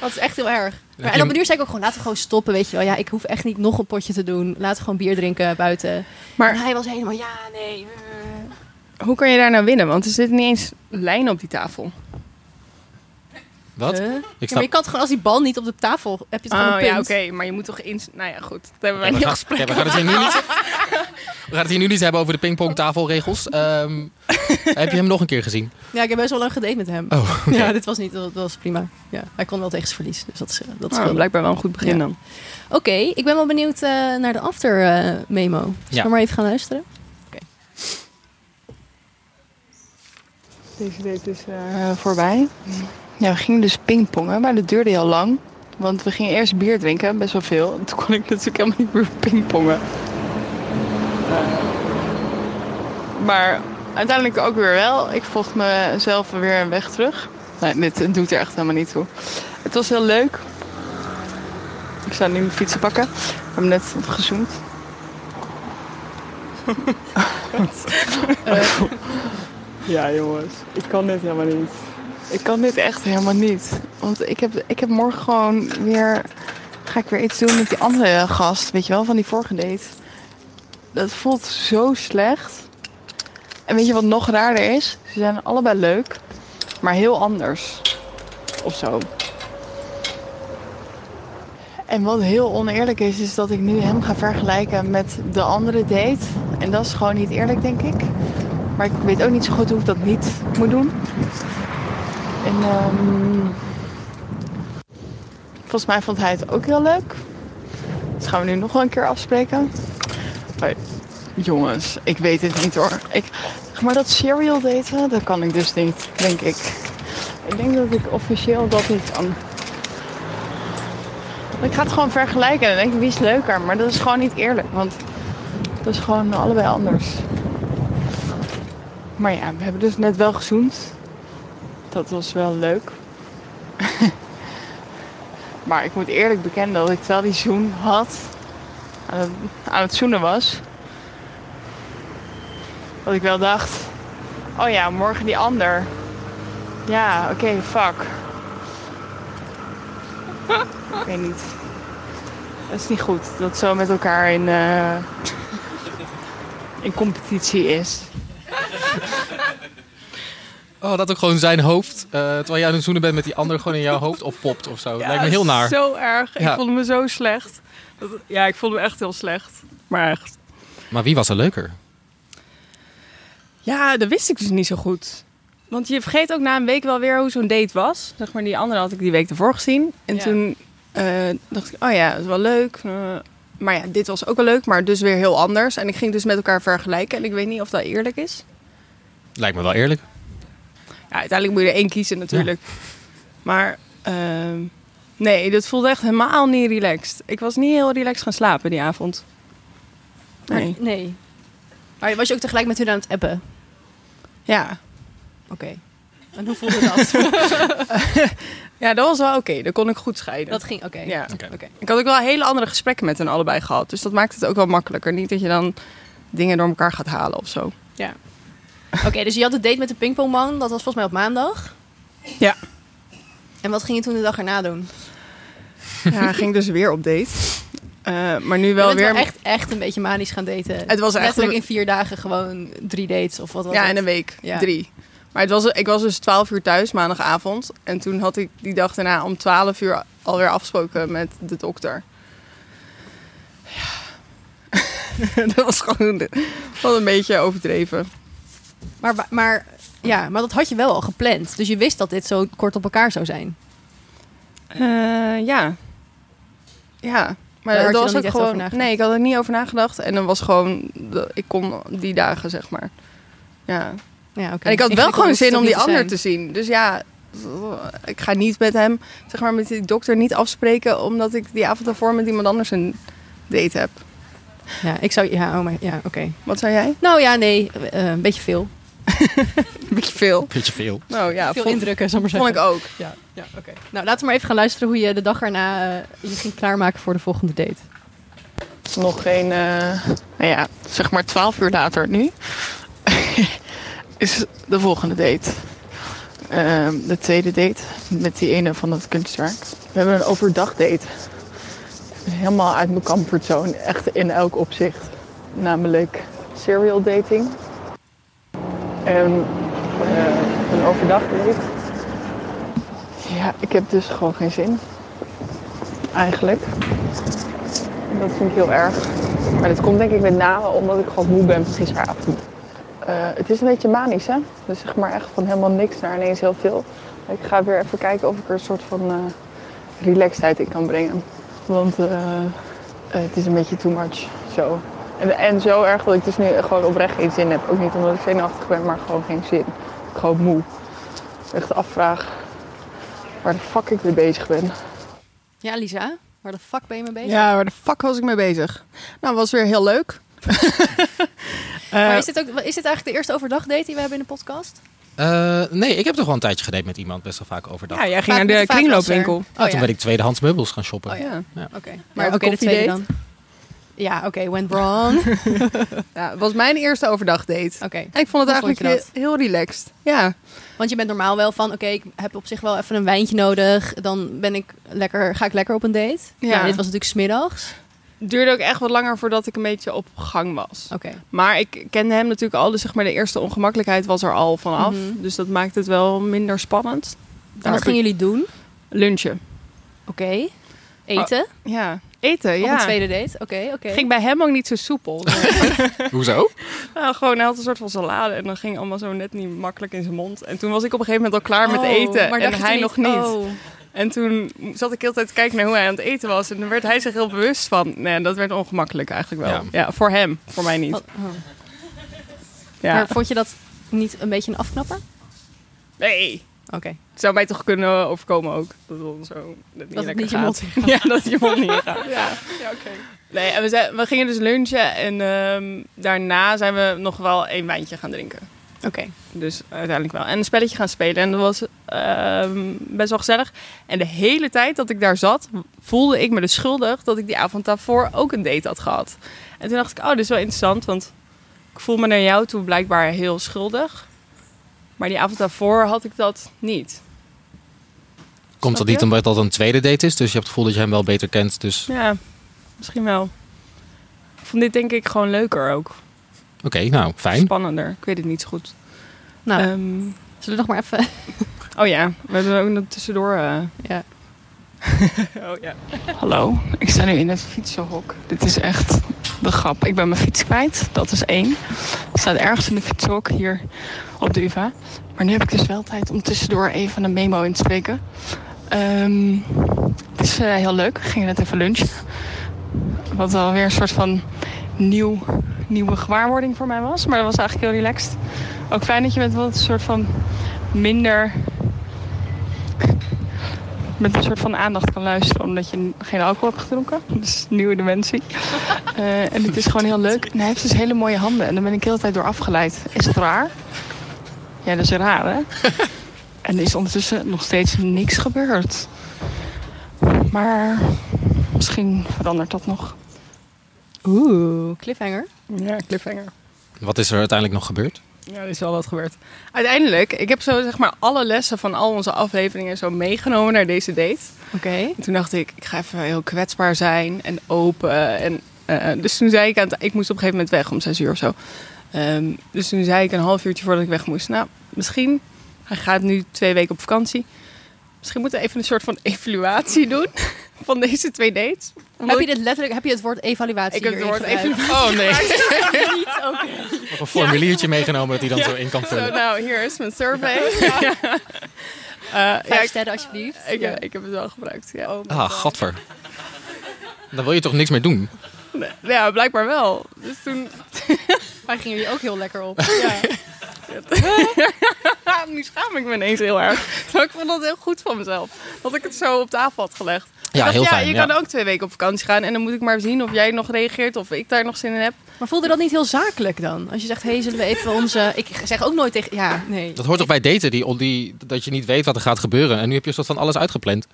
[SPEAKER 2] Dat is echt heel erg. Maar, en op een duur zei ik ook gewoon, laten we gewoon stoppen, weet je wel. Ja, ik hoef echt niet nog een potje te doen. Laten we gewoon bier drinken buiten. En
[SPEAKER 3] Maar
[SPEAKER 2] hij was helemaal, ja, nee. eh.
[SPEAKER 3] hoe kan je daar nou winnen? Want er zit niet eens lijn op die tafel.
[SPEAKER 1] Wat?
[SPEAKER 2] Huh?
[SPEAKER 1] Ik
[SPEAKER 2] Ja, maar
[SPEAKER 1] snap...
[SPEAKER 2] je kan het gewoon als die bal niet op de tafel, heb je het gewoon
[SPEAKER 3] Oh
[SPEAKER 2] een
[SPEAKER 3] ja, oké,
[SPEAKER 2] punt.
[SPEAKER 3] maar je moet toch eens. Nou ja, goed. Dat hebben wij
[SPEAKER 1] Oké, we,
[SPEAKER 3] niet
[SPEAKER 1] gaan,
[SPEAKER 3] gesprek.
[SPEAKER 1] oké, we gaan het hier nu niet... We gaan het hier nu niet hebben over de pingpongtafelregels. Ehm, heb je hem nog een keer gezien?
[SPEAKER 2] Ja, ik heb best wel lang gedate met hem.
[SPEAKER 1] Oh, oké.
[SPEAKER 2] Ja, dit was niet, dat was prima. Ja, hij kon wel tegen zijn verlies, dus dat is, dat is
[SPEAKER 3] Nou, blijkbaar wel een goed begin
[SPEAKER 2] Ja.
[SPEAKER 3] dan.
[SPEAKER 2] Oké, ik ben wel benieuwd eh, naar de after-memo. Zullen
[SPEAKER 1] Ja.
[SPEAKER 2] we maar even gaan luisteren?
[SPEAKER 4] Deze date is eh, voorbij. Ja, we gingen dus pingpongen, maar dat duurde heel lang. Want we gingen eerst bier drinken, best wel veel. En toen kon ik natuurlijk helemaal niet meer pingpongen. Eh, maar uiteindelijk ook weer wel. Ik vocht mezelf weer een weg terug. Nee, dit dit doet er echt helemaal niet toe. Het was heel leuk. Ik zou nu mijn fietsen pakken. We hebben net gezoomd. Ja, jongens. Ik kan dit helemaal niet. Ik kan dit echt helemaal niet. Want ik heb, ik heb morgen gewoon weer... Ga ik weer iets doen met die andere gast, weet je wel, van die vorige date. Dat voelt zo slecht. En weet je wat nog raarder is? Ze zijn allebei leuk, maar heel anders. Of zo. En wat heel oneerlijk is, is dat ik nu hem ga vergelijken met de andere date. En dat is gewoon niet eerlijk, denk ik.
[SPEAKER 3] Maar ik weet ook niet zo goed hoe ik dat niet moet doen. En ehm, volgens mij vond hij het ook heel leuk. Dat gaan we nu nog wel een keer afspreken. Maar, jongens, ik weet het niet hoor. Ik, maar dat serial daten, dat kan ik dus niet, denk ik. Ik denk dat ik officieel dat niet kan. Ik ga het gewoon vergelijken en dan denk ik wie is leuker. Maar dat is gewoon niet eerlijk, want dat is gewoon allebei anders. Maar ja, we hebben dus net wel gezoend. Dat was wel leuk. *laughs* maar ik moet eerlijk bekennen dat ik wel die zoen had. Aan het, aan het zoenen was. Dat ik wel dacht. Oh ja, morgen die ander. Ja, oké, fuck. *laughs* ik weet niet. Dat is niet goed dat zo met elkaar in, eh, in competitie is.
[SPEAKER 1] Oh, dat ook gewoon zijn hoofd, eh, terwijl jij aan het zoenen bent met die ander, gewoon in jouw hoofd oppopt of zo. Lijkt me heel naar.
[SPEAKER 4] Zo erg.
[SPEAKER 1] Ja.
[SPEAKER 4] Ik voelde me zo slecht. Dat, ja, ik voelde me echt heel slecht. Maar echt.
[SPEAKER 1] Maar wie was er leuker?
[SPEAKER 4] Ja, dat wist ik dus niet zo goed. Want je vergeet ook na een week wel weer hoe zo'n date was. Zeg maar, die andere had ik die week ervoor gezien. En
[SPEAKER 3] Ja.
[SPEAKER 4] toen eh, dacht ik, oh ja, dat is wel leuk. Eh, maar ja, dit was ook wel leuk, maar dus weer heel anders. En ik ging dus met elkaar vergelijken. En ik weet niet of dat eerlijk is.
[SPEAKER 1] Lijkt me wel eerlijk.
[SPEAKER 4] Ja, uiteindelijk moet je er één kiezen natuurlijk. Maar ehm, nee, dat voelde echt helemaal niet relaxed. Ik was niet heel relaxed gaan slapen die avond. Nee.
[SPEAKER 2] Nee. Maar was je ook tegelijk met hun aan het appen?
[SPEAKER 4] Ja.
[SPEAKER 2] Oké. En hoe voelde *laughs* dat?
[SPEAKER 4] ja, dat was wel oké. Dat kon ik goed scheiden.
[SPEAKER 2] dat ging, oké.
[SPEAKER 4] Ja.
[SPEAKER 1] Oké.
[SPEAKER 2] Oké.
[SPEAKER 4] Ik had ook wel hele andere gesprekken met hen allebei gehad. Dus dat maakt het ook wel makkelijker. Niet dat je dan dingen door elkaar gaat halen of zo.
[SPEAKER 2] *laughs* Oké, dus je had het date met de pingpongman. Dat was volgens mij op maandag.
[SPEAKER 4] Ja.
[SPEAKER 2] En wat ging je toen de dag erna doen?
[SPEAKER 4] Ja, ging dus weer op date. Eh, maar nu
[SPEAKER 2] Wel
[SPEAKER 4] wel
[SPEAKER 2] je bent
[SPEAKER 4] weer...
[SPEAKER 2] wel echt, echt een beetje manisch gaan daten.
[SPEAKER 4] Het was echt
[SPEAKER 2] Letterlijk
[SPEAKER 4] een-
[SPEAKER 2] in vier dagen gewoon drie dates of wat was
[SPEAKER 4] ja,
[SPEAKER 2] het?
[SPEAKER 4] in een week.
[SPEAKER 2] Ja.
[SPEAKER 4] Drie. Maar het was, ik was dus 12 uur thuis maandagavond. En toen had ik die dag daarna om 12 uur alweer afgesproken met de dokter. Ja. *laughs* dat was gewoon de- wel een beetje overdreven.
[SPEAKER 2] Maar, wa- maar, ja, maar dat had je wel al gepland. Dus je wist dat dit zo kort op elkaar zou zijn.
[SPEAKER 4] Eh, ja. Ja. Maar
[SPEAKER 2] Daar had je dan
[SPEAKER 4] dat was
[SPEAKER 2] niet
[SPEAKER 4] ook
[SPEAKER 2] echt over
[SPEAKER 4] gewoon.
[SPEAKER 2] nagedacht?
[SPEAKER 4] nee, ik had er niet over nagedacht. En dan was gewoon. de- Ik kon die dagen, zeg maar. Ja.
[SPEAKER 2] Ja, oké.
[SPEAKER 4] En ik had wel
[SPEAKER 2] Ingewikkeld
[SPEAKER 4] gewoon
[SPEAKER 2] hoeft het
[SPEAKER 4] zin
[SPEAKER 2] ook
[SPEAKER 4] om
[SPEAKER 2] niet
[SPEAKER 4] die ander
[SPEAKER 2] zijn.
[SPEAKER 4] te zien. Dus ja. Ik ga niet met hem, zeg maar, met die dokter niet afspreken. omdat ik die avond daarvoor met iemand anders een date heb.
[SPEAKER 2] Ja, ik zou... Ja, oh maar, ja, oké.
[SPEAKER 4] Wat zou jij?
[SPEAKER 2] Nou ja, nee, eh, een beetje veel.
[SPEAKER 4] Een beetje veel.
[SPEAKER 1] Beetje veel.
[SPEAKER 4] Nou ja,
[SPEAKER 2] veel
[SPEAKER 4] vond,
[SPEAKER 2] indrukken, zal ik maar
[SPEAKER 4] vond
[SPEAKER 2] zeggen.
[SPEAKER 4] ik ook.
[SPEAKER 2] Ja, ja oké. Nou, laten we maar even gaan luisteren hoe je de dag erna eh, je ging klaarmaken voor de volgende date.
[SPEAKER 3] Het is nog geen, eh, nou ja, zeg maar 12 uur later nu. *laughs* is de volgende date. Ehm, de tweede date met die ene van dat kunstwerk. We hebben een overdag date. Helemaal uit mijn comfortzone, echt in elk opzicht. Namelijk serial dating. En eh, een overdag date. Ja, ik heb dus gewoon geen zin. Eigenlijk. En Dat vind ik heel erg. Maar dat komt denk ik met name omdat ik gewoon moe ben van gisteravond. Eh, het is een beetje manisch, hè? Dus zeg maar echt van helemaal niks naar ineens heel veel. Ik ga weer even kijken of ik er een soort van eh, relaxedheid in kan brengen. Want eh, eh, het is een beetje too much. Zo. En, en zo erg dat ik dus nu gewoon oprecht geen zin heb. Ook niet omdat ik zenuwachtig ben, maar gewoon geen zin. Gewoon moe. Echt afvraag waar de fuck ik mee bezig ben.
[SPEAKER 2] Ja, Lisa, waar de fuck ben je mee bezig?
[SPEAKER 4] Ja, waar de fuck was ik mee bezig? Nou, was weer heel leuk.
[SPEAKER 2] *laughs* Maar
[SPEAKER 4] Eh,
[SPEAKER 2] is dit, ook, is dit eigenlijk de eerste overdag date die we hebben in de podcast?
[SPEAKER 1] Eh, nee, ik heb toch wel een tijdje gedate met iemand, best wel vaak overdag.
[SPEAKER 4] ja, jij
[SPEAKER 2] Vaak
[SPEAKER 4] ging naar
[SPEAKER 2] met
[SPEAKER 4] de
[SPEAKER 2] de vaatwasser.
[SPEAKER 4] kringloopwinkel.
[SPEAKER 1] Ah,
[SPEAKER 2] Oh,
[SPEAKER 1] toen
[SPEAKER 2] ja.
[SPEAKER 1] ben ik tweedehands meubels gaan shoppen.
[SPEAKER 2] Oh,
[SPEAKER 4] Ja.
[SPEAKER 2] Oké.
[SPEAKER 4] Maar
[SPEAKER 2] oké,
[SPEAKER 4] de
[SPEAKER 2] de tweede
[SPEAKER 4] koffiedate?
[SPEAKER 2] dan. Ja, oké, went wrong.
[SPEAKER 3] *laughs*
[SPEAKER 2] Oké.
[SPEAKER 4] Ja, het was mijn eerste overdag date. En ik vond het
[SPEAKER 2] Hoe vond
[SPEAKER 4] eigenlijk
[SPEAKER 2] je dat?
[SPEAKER 4] he- heel relaxed. Ja.
[SPEAKER 2] Want je bent normaal wel van, oké, ik heb op zich wel even een wijntje nodig. Dan ben ik lekker, ga ik lekker op een date. Ja.
[SPEAKER 4] Ja.
[SPEAKER 2] dit was natuurlijk smiddags.
[SPEAKER 4] Het duurde ook echt wat langer voordat ik een beetje op gang was.
[SPEAKER 2] Oké.
[SPEAKER 4] Maar ik kende hem natuurlijk al, dus zeg maar de eerste ongemakkelijkheid was er al vanaf.
[SPEAKER 2] Mhm.
[SPEAKER 4] Dus dat maakt het wel minder spannend.
[SPEAKER 2] En wat
[SPEAKER 4] heb
[SPEAKER 2] gingen
[SPEAKER 4] ik-
[SPEAKER 2] jullie doen?
[SPEAKER 4] Lunchen.
[SPEAKER 2] Oké. Eten?
[SPEAKER 4] Ja.
[SPEAKER 3] eten,
[SPEAKER 2] Op een
[SPEAKER 3] Oh, ja.
[SPEAKER 2] tweede date? Oké, oké.
[SPEAKER 3] Ging bij hem ook niet zo
[SPEAKER 2] *laughs*
[SPEAKER 3] soepel.
[SPEAKER 1] Hoezo?
[SPEAKER 3] nou, gewoon, hij had een soort van salade en dan ging allemaal zo net niet makkelijk in zijn mond. En toen was ik op een gegeven moment al klaar met
[SPEAKER 2] Oh,
[SPEAKER 3] eten
[SPEAKER 2] maar
[SPEAKER 3] en
[SPEAKER 2] dacht je
[SPEAKER 3] hij
[SPEAKER 2] toen
[SPEAKER 3] nog niet.
[SPEAKER 2] oh.
[SPEAKER 3] En toen zat ik heel de tijd te kijken naar hoe hij aan het eten was. En dan werd hij zich heel bewust van. Nee, dat werd ongemakkelijk eigenlijk wel.
[SPEAKER 1] Ja.
[SPEAKER 3] Ja, voor hem, voor mij niet.
[SPEAKER 2] Wat- oh.
[SPEAKER 3] Ja.
[SPEAKER 2] Maar vond je dat niet een beetje een afknapper?
[SPEAKER 3] Nee.
[SPEAKER 2] Oké.
[SPEAKER 3] Het zou mij toch kunnen overkomen ook. Dat het ons zo dat niet
[SPEAKER 2] Dat het
[SPEAKER 3] lekker
[SPEAKER 2] niet je
[SPEAKER 3] gaat.
[SPEAKER 2] mond in
[SPEAKER 3] *laughs* Ja, dat het je mond niet gaat.
[SPEAKER 4] Ja, ja oké.
[SPEAKER 3] Nee, en we, zijn, we gingen dus lunchen. En ehm, daarna zijn we nog wel één wijntje gaan drinken.
[SPEAKER 2] Oké.
[SPEAKER 3] Dus uiteindelijk wel. En een spelletje gaan spelen. En dat was ehm, best wel gezellig. En de hele tijd dat ik daar zat, voelde ik me dus schuldig dat ik die avond daarvoor ook een date had gehad. En toen dacht ik, oh, dit is wel interessant, want ik voel me naar jou toe blijkbaar heel schuldig. Maar die avond daarvoor had ik dat niet.
[SPEAKER 1] Komt dat
[SPEAKER 3] Snap je?
[SPEAKER 1] niet omdat dat een tweede date is? Dus je hebt het gevoel dat je hem wel beter kent. Dus
[SPEAKER 3] Ja, misschien wel. Ik vond dit denk ik gewoon leuker ook.
[SPEAKER 1] oké, nou, fijn.
[SPEAKER 3] Spannender. Ik weet het niet zo goed.
[SPEAKER 2] Nou,
[SPEAKER 3] Ehm,
[SPEAKER 2] zullen we nog maar even... *laughs*
[SPEAKER 3] oh ja, we hebben ook nog tussendoor... eh,
[SPEAKER 2] ja.
[SPEAKER 3] oh ja.
[SPEAKER 4] Hallo, ik sta nu in het fietsenhok. Dit is echt de grap. Ik ben mijn fiets kwijt, dat is één. Ik sta ergens in de fietsenhok hier op de UvA. Maar nu heb ik dus wel tijd om tussendoor even een memo in te spreken. Ehm, het is eh, heel leuk, we gingen net even lunchen. Wat alweer een soort van nieuw, nieuwe gewaarwording voor mij was. Maar dat was eigenlijk heel relaxed. Ook fijn dat je met wat soort van minder met een soort van aandacht kan luisteren, omdat je geen alcohol hebt gedronken. *laughs* Dus nieuwe
[SPEAKER 3] *laughs*
[SPEAKER 4] dimensie. Eh, en het is gewoon heel leuk. En hij heeft dus hele mooie handen en daar ben ik de hele tijd door afgeleid. Is het raar? Ja, dat is raar,
[SPEAKER 3] *laughs*
[SPEAKER 4] hè? En er is ondertussen nog steeds niks gebeurd. Maar misschien verandert dat nog.
[SPEAKER 2] Oeh, cliffhanger.
[SPEAKER 3] Ja, cliffhanger.
[SPEAKER 1] Wat is er uiteindelijk nog gebeurd?
[SPEAKER 3] Ja, er is wel wat gebeurd. Uiteindelijk, ik heb zo zeg maar alle lessen van al onze afleveringen zo meegenomen naar deze date.
[SPEAKER 2] Oké.
[SPEAKER 3] En toen dacht ik, ik ga even heel kwetsbaar zijn en open. En, eh, dus toen zei ik aan het, ik moest op een gegeven moment weg om zes uur of zo. Ehm, dus toen zei ik een half uurtje voordat ik weg moest, nou, misschien, hij gaat nu twee weken op vakantie. Misschien moeten we even een soort van evaluatie doen *laughs* van deze twee dates.
[SPEAKER 2] Heb je dit letterlijk... Heb je het woord evaluatie
[SPEAKER 3] Ik heb het
[SPEAKER 2] hierin
[SPEAKER 3] woord
[SPEAKER 2] gebruikt?
[SPEAKER 1] Oh nee. *laughs*
[SPEAKER 2] Niet, oké.
[SPEAKER 1] Nog een formuliertje meegenomen dat hij dan zo in kan
[SPEAKER 3] Zo,
[SPEAKER 1] vullen.
[SPEAKER 3] nou, hier is mijn survey. *laughs* Ja. Eh, ja,
[SPEAKER 2] Vijf
[SPEAKER 3] ik,
[SPEAKER 2] sterren alsjeblieft.
[SPEAKER 3] ik,
[SPEAKER 2] Ja.
[SPEAKER 3] ik heb het wel gebruikt, ja.
[SPEAKER 1] Ah, gadver. Dan wil je toch niks meer doen?
[SPEAKER 3] Nee, Ja, blijkbaar wel. Dus toen...
[SPEAKER 2] Waar gingen jullie ook heel lekker op?
[SPEAKER 3] Ja, nu schaam ik me ineens heel erg. *laughs* Terwijl ik vond dat heel goed van mezelf. Dat ik het zo op tafel had gelegd. Ik
[SPEAKER 1] Ja,
[SPEAKER 3] dacht,
[SPEAKER 1] heel
[SPEAKER 3] ja,
[SPEAKER 1] fijn.
[SPEAKER 3] je
[SPEAKER 1] ja.
[SPEAKER 3] kan ook twee weken op vakantie gaan. En dan moet ik maar zien of jij nog reageert. Of ik daar nog zin in heb.
[SPEAKER 2] *laughs* Maar voelde dat niet heel zakelijk dan? Als je zegt, hé, hey, zullen we even onze... Ik zeg ook nooit tegen... Ja, nee.
[SPEAKER 1] Dat hoort toch bij daten, die, die, dat je niet weet wat er gaat gebeuren. En nu heb je soort van alles uitgepland.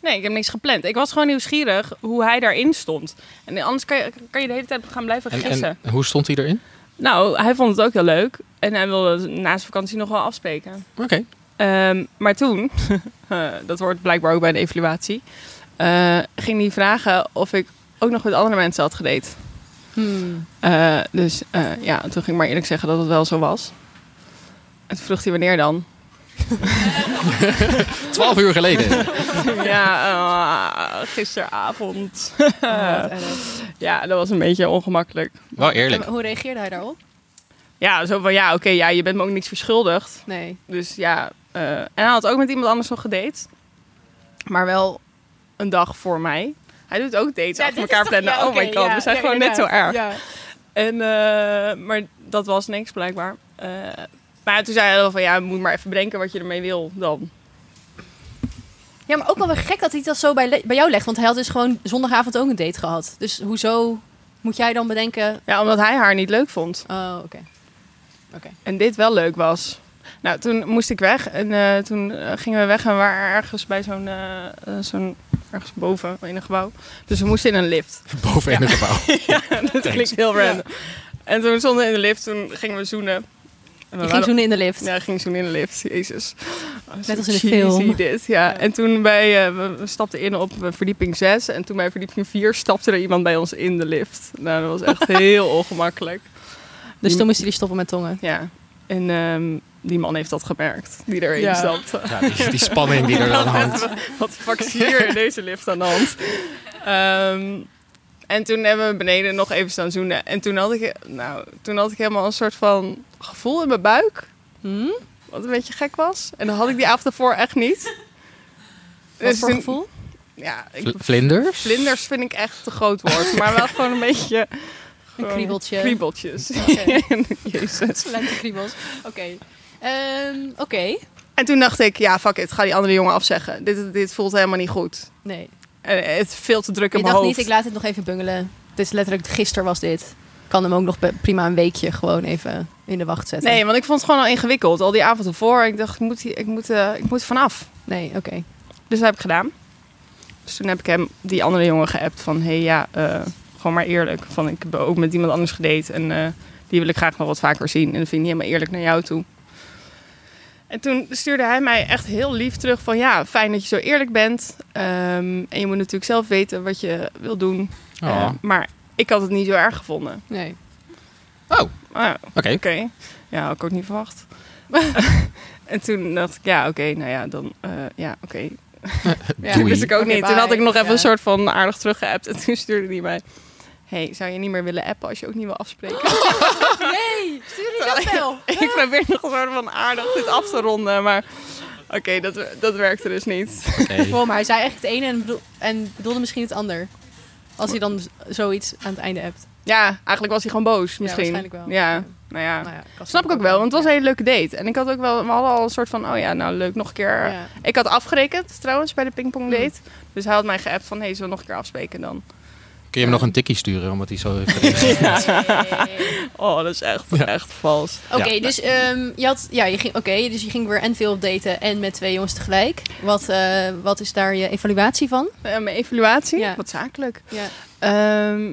[SPEAKER 3] Nee, ik heb niks gepland. Ik was gewoon nieuwsgierig hoe hij daarin stond. En anders kan je, kan je de hele tijd gaan blijven
[SPEAKER 1] En,
[SPEAKER 3] gissen.
[SPEAKER 1] en hoe stond hij erin?
[SPEAKER 3] Nou, hij vond het ook heel leuk. En hij wilde naast vakantie nog wel afspreken.
[SPEAKER 1] Oké.
[SPEAKER 3] Ehm, maar toen, *laughs* eh, dat hoort blijkbaar ook bij de evaluatie, eh, ging hij vragen of ik ook nog met andere mensen had gedate.
[SPEAKER 2] *laughs* Hmm.
[SPEAKER 3] Eh, dus eh, ja, toen ging ik maar eerlijk zeggen dat het wel zo was. En toen vroeg hij wanneer dan. *laughs*
[SPEAKER 1] 12 uur geleden.
[SPEAKER 3] ja, eh, gisteravond. *laughs*
[SPEAKER 2] Oh, wat erg.
[SPEAKER 3] ja, dat was een beetje ongemakkelijk.
[SPEAKER 1] Wel eerlijk.
[SPEAKER 2] En hoe reageerde hij daarop?
[SPEAKER 3] Ja, zo van ja, oké, ja, je bent me ook niks verschuldigd.
[SPEAKER 2] Nee.
[SPEAKER 3] Dus ja, eh, en hij had ook met iemand anders nog gedate. Maar wel een dag voor mij. Hij doet ook dates achter elkaar plannen. oh my god, we zijn gewoon net zo erg. En, eh, maar dat was niks blijkbaar. Eh, maar toen zei hij wel van ja, moet maar even bedenken wat je ermee wil dan.
[SPEAKER 2] Ja, maar ook wel weer gek dat hij dat zo bij, le- bij jou legt. Want hij had dus gewoon zondagavond ook een date gehad. Dus hoezo moet jij dan bedenken...
[SPEAKER 3] Ja, omdat hij haar niet leuk vond.
[SPEAKER 2] Oh, oké.
[SPEAKER 3] En dit wel leuk was. Nou, toen moest ik weg en eh, toen eh, gingen we weg en we waren ergens bij zo'n, eh, eh, zo'n, ergens boven in een gebouw. Dus we moesten in een lift.
[SPEAKER 1] Boven in het gebouw.
[SPEAKER 3] *laughs* dat klinkt heel random. En toen stonden we in de lift, toen gingen we zoenen. En we
[SPEAKER 2] Je ging
[SPEAKER 3] waren-
[SPEAKER 2] zoenen in de lift.
[SPEAKER 3] Ja, ging zoenen in de lift, jezus. Oh, zo
[SPEAKER 2] als in de
[SPEAKER 3] cheesy
[SPEAKER 2] film.
[SPEAKER 3] Dit, ja. En toen bij, eh, we, we stapten in op eh, verdieping 6 en toen bij verdieping 4 stapte er iemand bij ons in de lift. Nou, dat was
[SPEAKER 2] *laughs*
[SPEAKER 3] echt heel ongemakkelijk.
[SPEAKER 2] Dus toen moest hij stoppen met tongen.
[SPEAKER 3] Ja, en ehm, die man heeft dat gemerkt, die erin
[SPEAKER 2] Ja.
[SPEAKER 3] *laughs* stapte. *laughs*
[SPEAKER 1] Ja, die, die spanning die er aan hangt.
[SPEAKER 3] Wat de fuck is hier in deze lift aan de hand? Ehm, en toen hebben we beneden nog even staan zoenen. En toen had ik, nou, toen had ik helemaal een soort van gevoel in mijn buik.
[SPEAKER 2] Hm?
[SPEAKER 3] Wat een beetje gek was. En dat had ik die avond ervoor echt niet. Dus
[SPEAKER 2] Wat voor
[SPEAKER 3] toen-
[SPEAKER 2] gevoel?
[SPEAKER 3] Ja, ik,
[SPEAKER 1] Vl- Vlinders?
[SPEAKER 3] vlinders vind ik echt te groot woord. Maar wel gewoon een beetje...
[SPEAKER 2] Een
[SPEAKER 3] gewoon
[SPEAKER 2] kriebeltje.
[SPEAKER 3] Kriebeltjes. *laughs* Jezus.
[SPEAKER 2] Lente kriebels. Oké. Ehm, Oké.
[SPEAKER 3] En toen dacht ik, ja, fuck it. Ga die andere jongen afzeggen. Dit, dit voelt helemaal niet goed.
[SPEAKER 2] Nee.
[SPEAKER 3] Eh, het is veel te druk in
[SPEAKER 2] Ik
[SPEAKER 3] mijn
[SPEAKER 2] dacht
[SPEAKER 3] hoofd.
[SPEAKER 2] niet, ik laat het nog even bungelen. Het is letterlijk, gisteren was dit. Ik kan hem ook nog be- prima een weekje gewoon even in de wacht zetten.
[SPEAKER 3] Nee, want ik vond het gewoon al ingewikkeld. Al die avond ervoor. Ik dacht, ik moet, hier- ik moet, eh, ik moet vanaf.
[SPEAKER 2] Nee, oké.
[SPEAKER 3] Dus dat heb ik gedaan. Dus toen heb ik hem, die andere jongen, geappt van... Hé, hey, ja, eh, gewoon maar eerlijk. Van, ik heb ook met iemand anders gedate. En eh, die wil ik graag nog wat vaker zien. En dat vind ik niet helemaal eerlijk naar jou toe. En toen stuurde hij mij echt heel lief terug van... Ja, fijn dat je zo eerlijk bent. Ehm, en je moet natuurlijk zelf weten wat je wil doen. Eh,
[SPEAKER 1] Oh,
[SPEAKER 3] maar ik had het niet zo erg gevonden. *laughs*
[SPEAKER 2] Nee.
[SPEAKER 3] Maar ja,
[SPEAKER 1] Oh. oké.
[SPEAKER 3] Oké. Ja, had ik ook niet verwacht. *laughs* en toen dacht ik, ja, oké, nou ja, dan, eh, ja, oké. Ja, dat
[SPEAKER 1] Doei.
[SPEAKER 3] wist ik ook
[SPEAKER 2] Oké,
[SPEAKER 3] niet. Toen had ik
[SPEAKER 2] bye.
[SPEAKER 3] nog even
[SPEAKER 2] Ja.
[SPEAKER 3] een soort van aardig teruggeappt. En toen stuurde hij mij, hey, zou je niet meer willen appen als je ook niet wil *laughs* afspreken?
[SPEAKER 2] Nee, stuur die dat *laughs* wel.
[SPEAKER 3] ik probeer nog een soort van aardig dit af te ronden, maar oké, dat, dat werkte dus niet.
[SPEAKER 1] Oké.
[SPEAKER 2] maar hij zei echt het ene en, bedoel- en bedoelde misschien het ander. Als hij dan z- zoiets aan het einde hebt.
[SPEAKER 3] Ja, eigenlijk was hij gewoon boos misschien.
[SPEAKER 2] waarschijnlijk wel. Ja.
[SPEAKER 3] Ja, nou ja.
[SPEAKER 2] Nou ja, ik was
[SPEAKER 3] Snap ik
[SPEAKER 2] er
[SPEAKER 3] ook wel, want het was een hele leuke date. En ik had ook wel, we hadden al een soort van, oh ja, nou leuk, nog een keer.
[SPEAKER 2] Ja.
[SPEAKER 3] Ik had afgerekend trouwens bij de pingpong date. Dus hij had mij geappt van, hé, hey, zullen we nog een keer afspreken dan?
[SPEAKER 1] Kun je hem nog een tikkie sturen, omdat hij zo heeft gereageerd?
[SPEAKER 3] Oh, dat is echt, echt vals.
[SPEAKER 2] Oké, dus, ehm, je had, ja, je ging, oké, dus je ging weer en veel daten en met twee jongens tegelijk. Wat, eh, wat is daar je evaluatie van?
[SPEAKER 3] Eh, mijn evaluatie?
[SPEAKER 2] Ja.
[SPEAKER 3] Wat zakelijk.
[SPEAKER 2] Ja,
[SPEAKER 3] Ehm,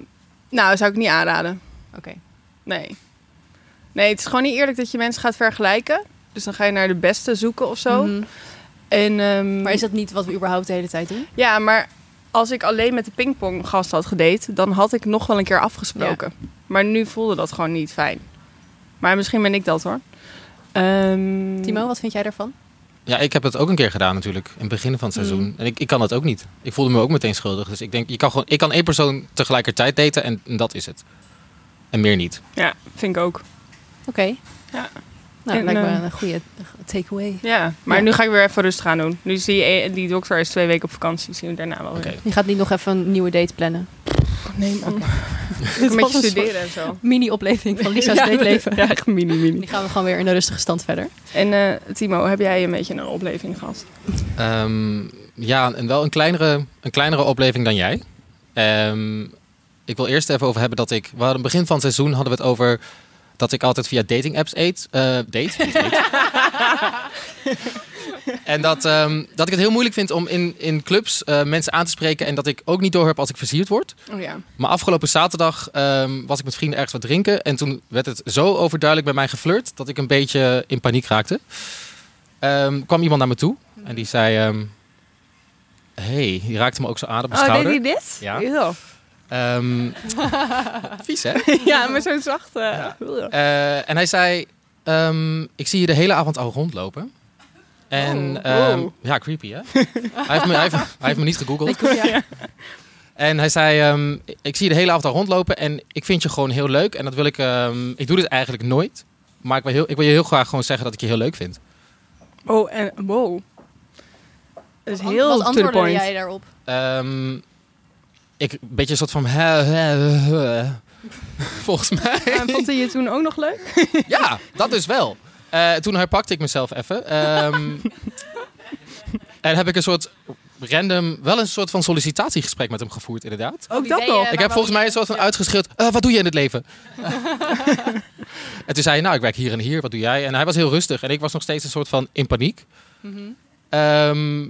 [SPEAKER 3] nou, zou ik niet aanraden.
[SPEAKER 2] oké.
[SPEAKER 3] Nee. Nee, het is gewoon niet eerlijk dat je mensen gaat vergelijken. Dus dan ga je naar de beste zoeken of zo.
[SPEAKER 2] Mhm.
[SPEAKER 3] En, ehm,
[SPEAKER 2] Maar is dat niet wat we überhaupt de hele tijd doen?
[SPEAKER 3] Ja, maar als ik alleen met de pingponggast had gedate, dan had ik nog wel een keer afgesproken. Maar nu voelde dat gewoon niet fijn. Maar misschien ben ik dat hoor. Ehm,
[SPEAKER 2] Timo, wat vind jij daarvan?
[SPEAKER 1] *laughs* Ja, ik heb het ook een keer gedaan natuurlijk. In het begin van het seizoen. En ik, ik kan dat ook niet. Ik voelde me ook meteen schuldig. Dus ik denk, je kan gewoon, ik kan één persoon tegelijkertijd daten en, en dat is het. En meer niet.
[SPEAKER 3] Ja, vind ik ook.
[SPEAKER 2] Oké.
[SPEAKER 3] Ja.
[SPEAKER 2] Nou,
[SPEAKER 3] En,
[SPEAKER 2] lijkt me
[SPEAKER 3] eh,
[SPEAKER 2] een goede takeaway.
[SPEAKER 3] Ja, maar
[SPEAKER 2] Ja.
[SPEAKER 3] nu ga ik weer even rust gaan doen. Nu zie je, eh, die dokter is twee weken op vakantie. Zien we daarna wel weer.
[SPEAKER 1] Oké.
[SPEAKER 2] Je gaat niet nog even een nieuwe date plannen.
[SPEAKER 3] Oh, Nee *laughs* man.
[SPEAKER 2] Dit
[SPEAKER 3] Een
[SPEAKER 2] was
[SPEAKER 3] beetje
[SPEAKER 2] een
[SPEAKER 3] studeren en *laughs* zo.
[SPEAKER 2] Mini-opleving *laughs* van Lisa's
[SPEAKER 3] Ja,
[SPEAKER 2] dateleven.
[SPEAKER 3] Ja, echt mini mini.
[SPEAKER 2] Die gaan we gewoon weer in de rustige stand verder.
[SPEAKER 3] En eh, Timo, heb jij een beetje een opleving gehad?
[SPEAKER 1] Ehm, ja, en wel een kleinere, een kleinere opleving dan jij. Ehm, ik wil eerst even over hebben dat ik... We hadden begin van het seizoen hadden we het over... dat ik altijd via dating apps eet, eh, date. Niet date. en dat, ehm, dat ik het heel moeilijk vind om in, in clubs eh, mensen aan te spreken... en dat ik ook niet doorheb als ik versierd word.
[SPEAKER 3] Oh ja.
[SPEAKER 1] Maar afgelopen zaterdag ehm, was ik met vrienden ergens wat drinken. En toen werd het zo overduidelijk bij mij geflirt dat ik een beetje in paniek raakte. Ehm, kwam iemand naar me toe en die zei... ehm, hey, die raakte me ook zo aan op mijn
[SPEAKER 3] Oh, deed
[SPEAKER 1] schouder.
[SPEAKER 3] hij dit?
[SPEAKER 1] Ja.
[SPEAKER 3] Eeuw.
[SPEAKER 1] Ehm, vies, hè?
[SPEAKER 3] *laughs* Ja, maar zo'n zachte. Eeuw.
[SPEAKER 1] Eh, en hij zei... ehm, ik zie je de hele avond al rondlopen. En
[SPEAKER 3] Oh.
[SPEAKER 1] ehm,
[SPEAKER 3] Oh.
[SPEAKER 1] ja, creepy, hè? hij, heeft me, hij, heeft, hij heeft me niet gegoogeld. *laughs*
[SPEAKER 2] Ja.
[SPEAKER 1] En hij zei, ehm, ik zie je de hele avond al rondlopen en ik vind je gewoon heel leuk. En dat wil ik, ehm, ik doe dit eigenlijk nooit. Maar ik wil, heel, ik wil je heel graag gewoon zeggen dat ik je heel leuk vind.
[SPEAKER 3] Oh, en wow. Dat is
[SPEAKER 2] Wat
[SPEAKER 3] heel to the
[SPEAKER 2] antwoordde
[SPEAKER 3] point. *laughs*
[SPEAKER 2] jij daarop?
[SPEAKER 1] Ehm, ik, een beetje een soort van... hè, hè, hè. *laughs* Volgens mij.
[SPEAKER 3] En Eh, vond hij je toen ook nog leuk?
[SPEAKER 1] Ja, dat dus wel. Eh, toen herpakte ik mezelf even.
[SPEAKER 2] *laughs*
[SPEAKER 1] Ehm, en heb ik een soort random, wel een soort van sollicitatiegesprek met hem gevoerd inderdaad.
[SPEAKER 3] Ook
[SPEAKER 2] dat
[SPEAKER 3] dat
[SPEAKER 2] deed nog.
[SPEAKER 3] nog.
[SPEAKER 2] je?
[SPEAKER 1] Ik heb volgens mij een soort van uitgeschreeuwd, "Eh, wat doe je in het
[SPEAKER 2] *laughs*
[SPEAKER 1] leven? en toen zei hij, nou, ik werk hier en hier, wat doe jij? En hij was heel rustig en ik was nog steeds een soort van in paniek.
[SPEAKER 2] Mhm.
[SPEAKER 1] Ehm,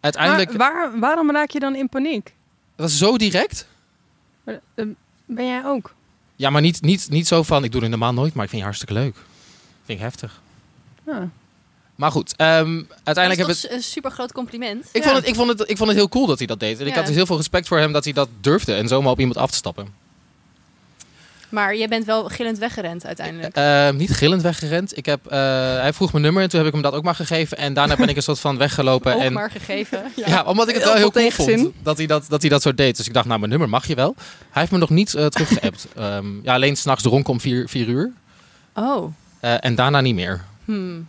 [SPEAKER 1] uiteindelijk,
[SPEAKER 3] waar, waarom raak je dan in paniek?
[SPEAKER 1] dat was zo direct.
[SPEAKER 3] Maar, eh, Ben jij ook?
[SPEAKER 1] Ja, maar niet, niet, niet zo van, ik doe het normaal nooit, maar ik vind je hartstikke leuk. Vind ik heftig.
[SPEAKER 3] Ja.
[SPEAKER 1] Maar goed, ehm, uiteindelijk
[SPEAKER 2] dat
[SPEAKER 1] hebben
[SPEAKER 2] is toch een super groot compliment.
[SPEAKER 1] Ik,
[SPEAKER 3] Ja.
[SPEAKER 1] vond het, ik, vond het, ik vond het heel cool dat hij dat deed. En ik
[SPEAKER 2] Ja.
[SPEAKER 1] had dus heel veel respect voor hem dat hij dat durfde. En zomaar op iemand af te stappen.
[SPEAKER 2] Maar je bent wel gillend weggerend uiteindelijk.
[SPEAKER 1] Eh, niet gillend weggerend. Ik heb, eh, hij vroeg mijn nummer en toen heb ik hem dat ook maar gegeven. En daarna ben ik een soort van weggelopen.
[SPEAKER 2] Ook
[SPEAKER 1] en,
[SPEAKER 2] maar
[SPEAKER 1] *laughs*
[SPEAKER 2] gegeven.
[SPEAKER 1] ja. omdat ik het wel
[SPEAKER 3] Heel
[SPEAKER 1] heel
[SPEAKER 3] veel
[SPEAKER 1] cool vond
[SPEAKER 3] tegenzin.
[SPEAKER 1] dat hij dat, dat hij dat zo deed. Dus ik dacht, nou, mijn nummer mag je wel. Hij heeft me nog niet eh,
[SPEAKER 3] *laughs*
[SPEAKER 1] teruggeappt. Ehm, ja, alleen s'nachts dronken om vier, vier uur.
[SPEAKER 2] Oh.
[SPEAKER 1] Eh, en daarna niet meer.
[SPEAKER 2] Hmm.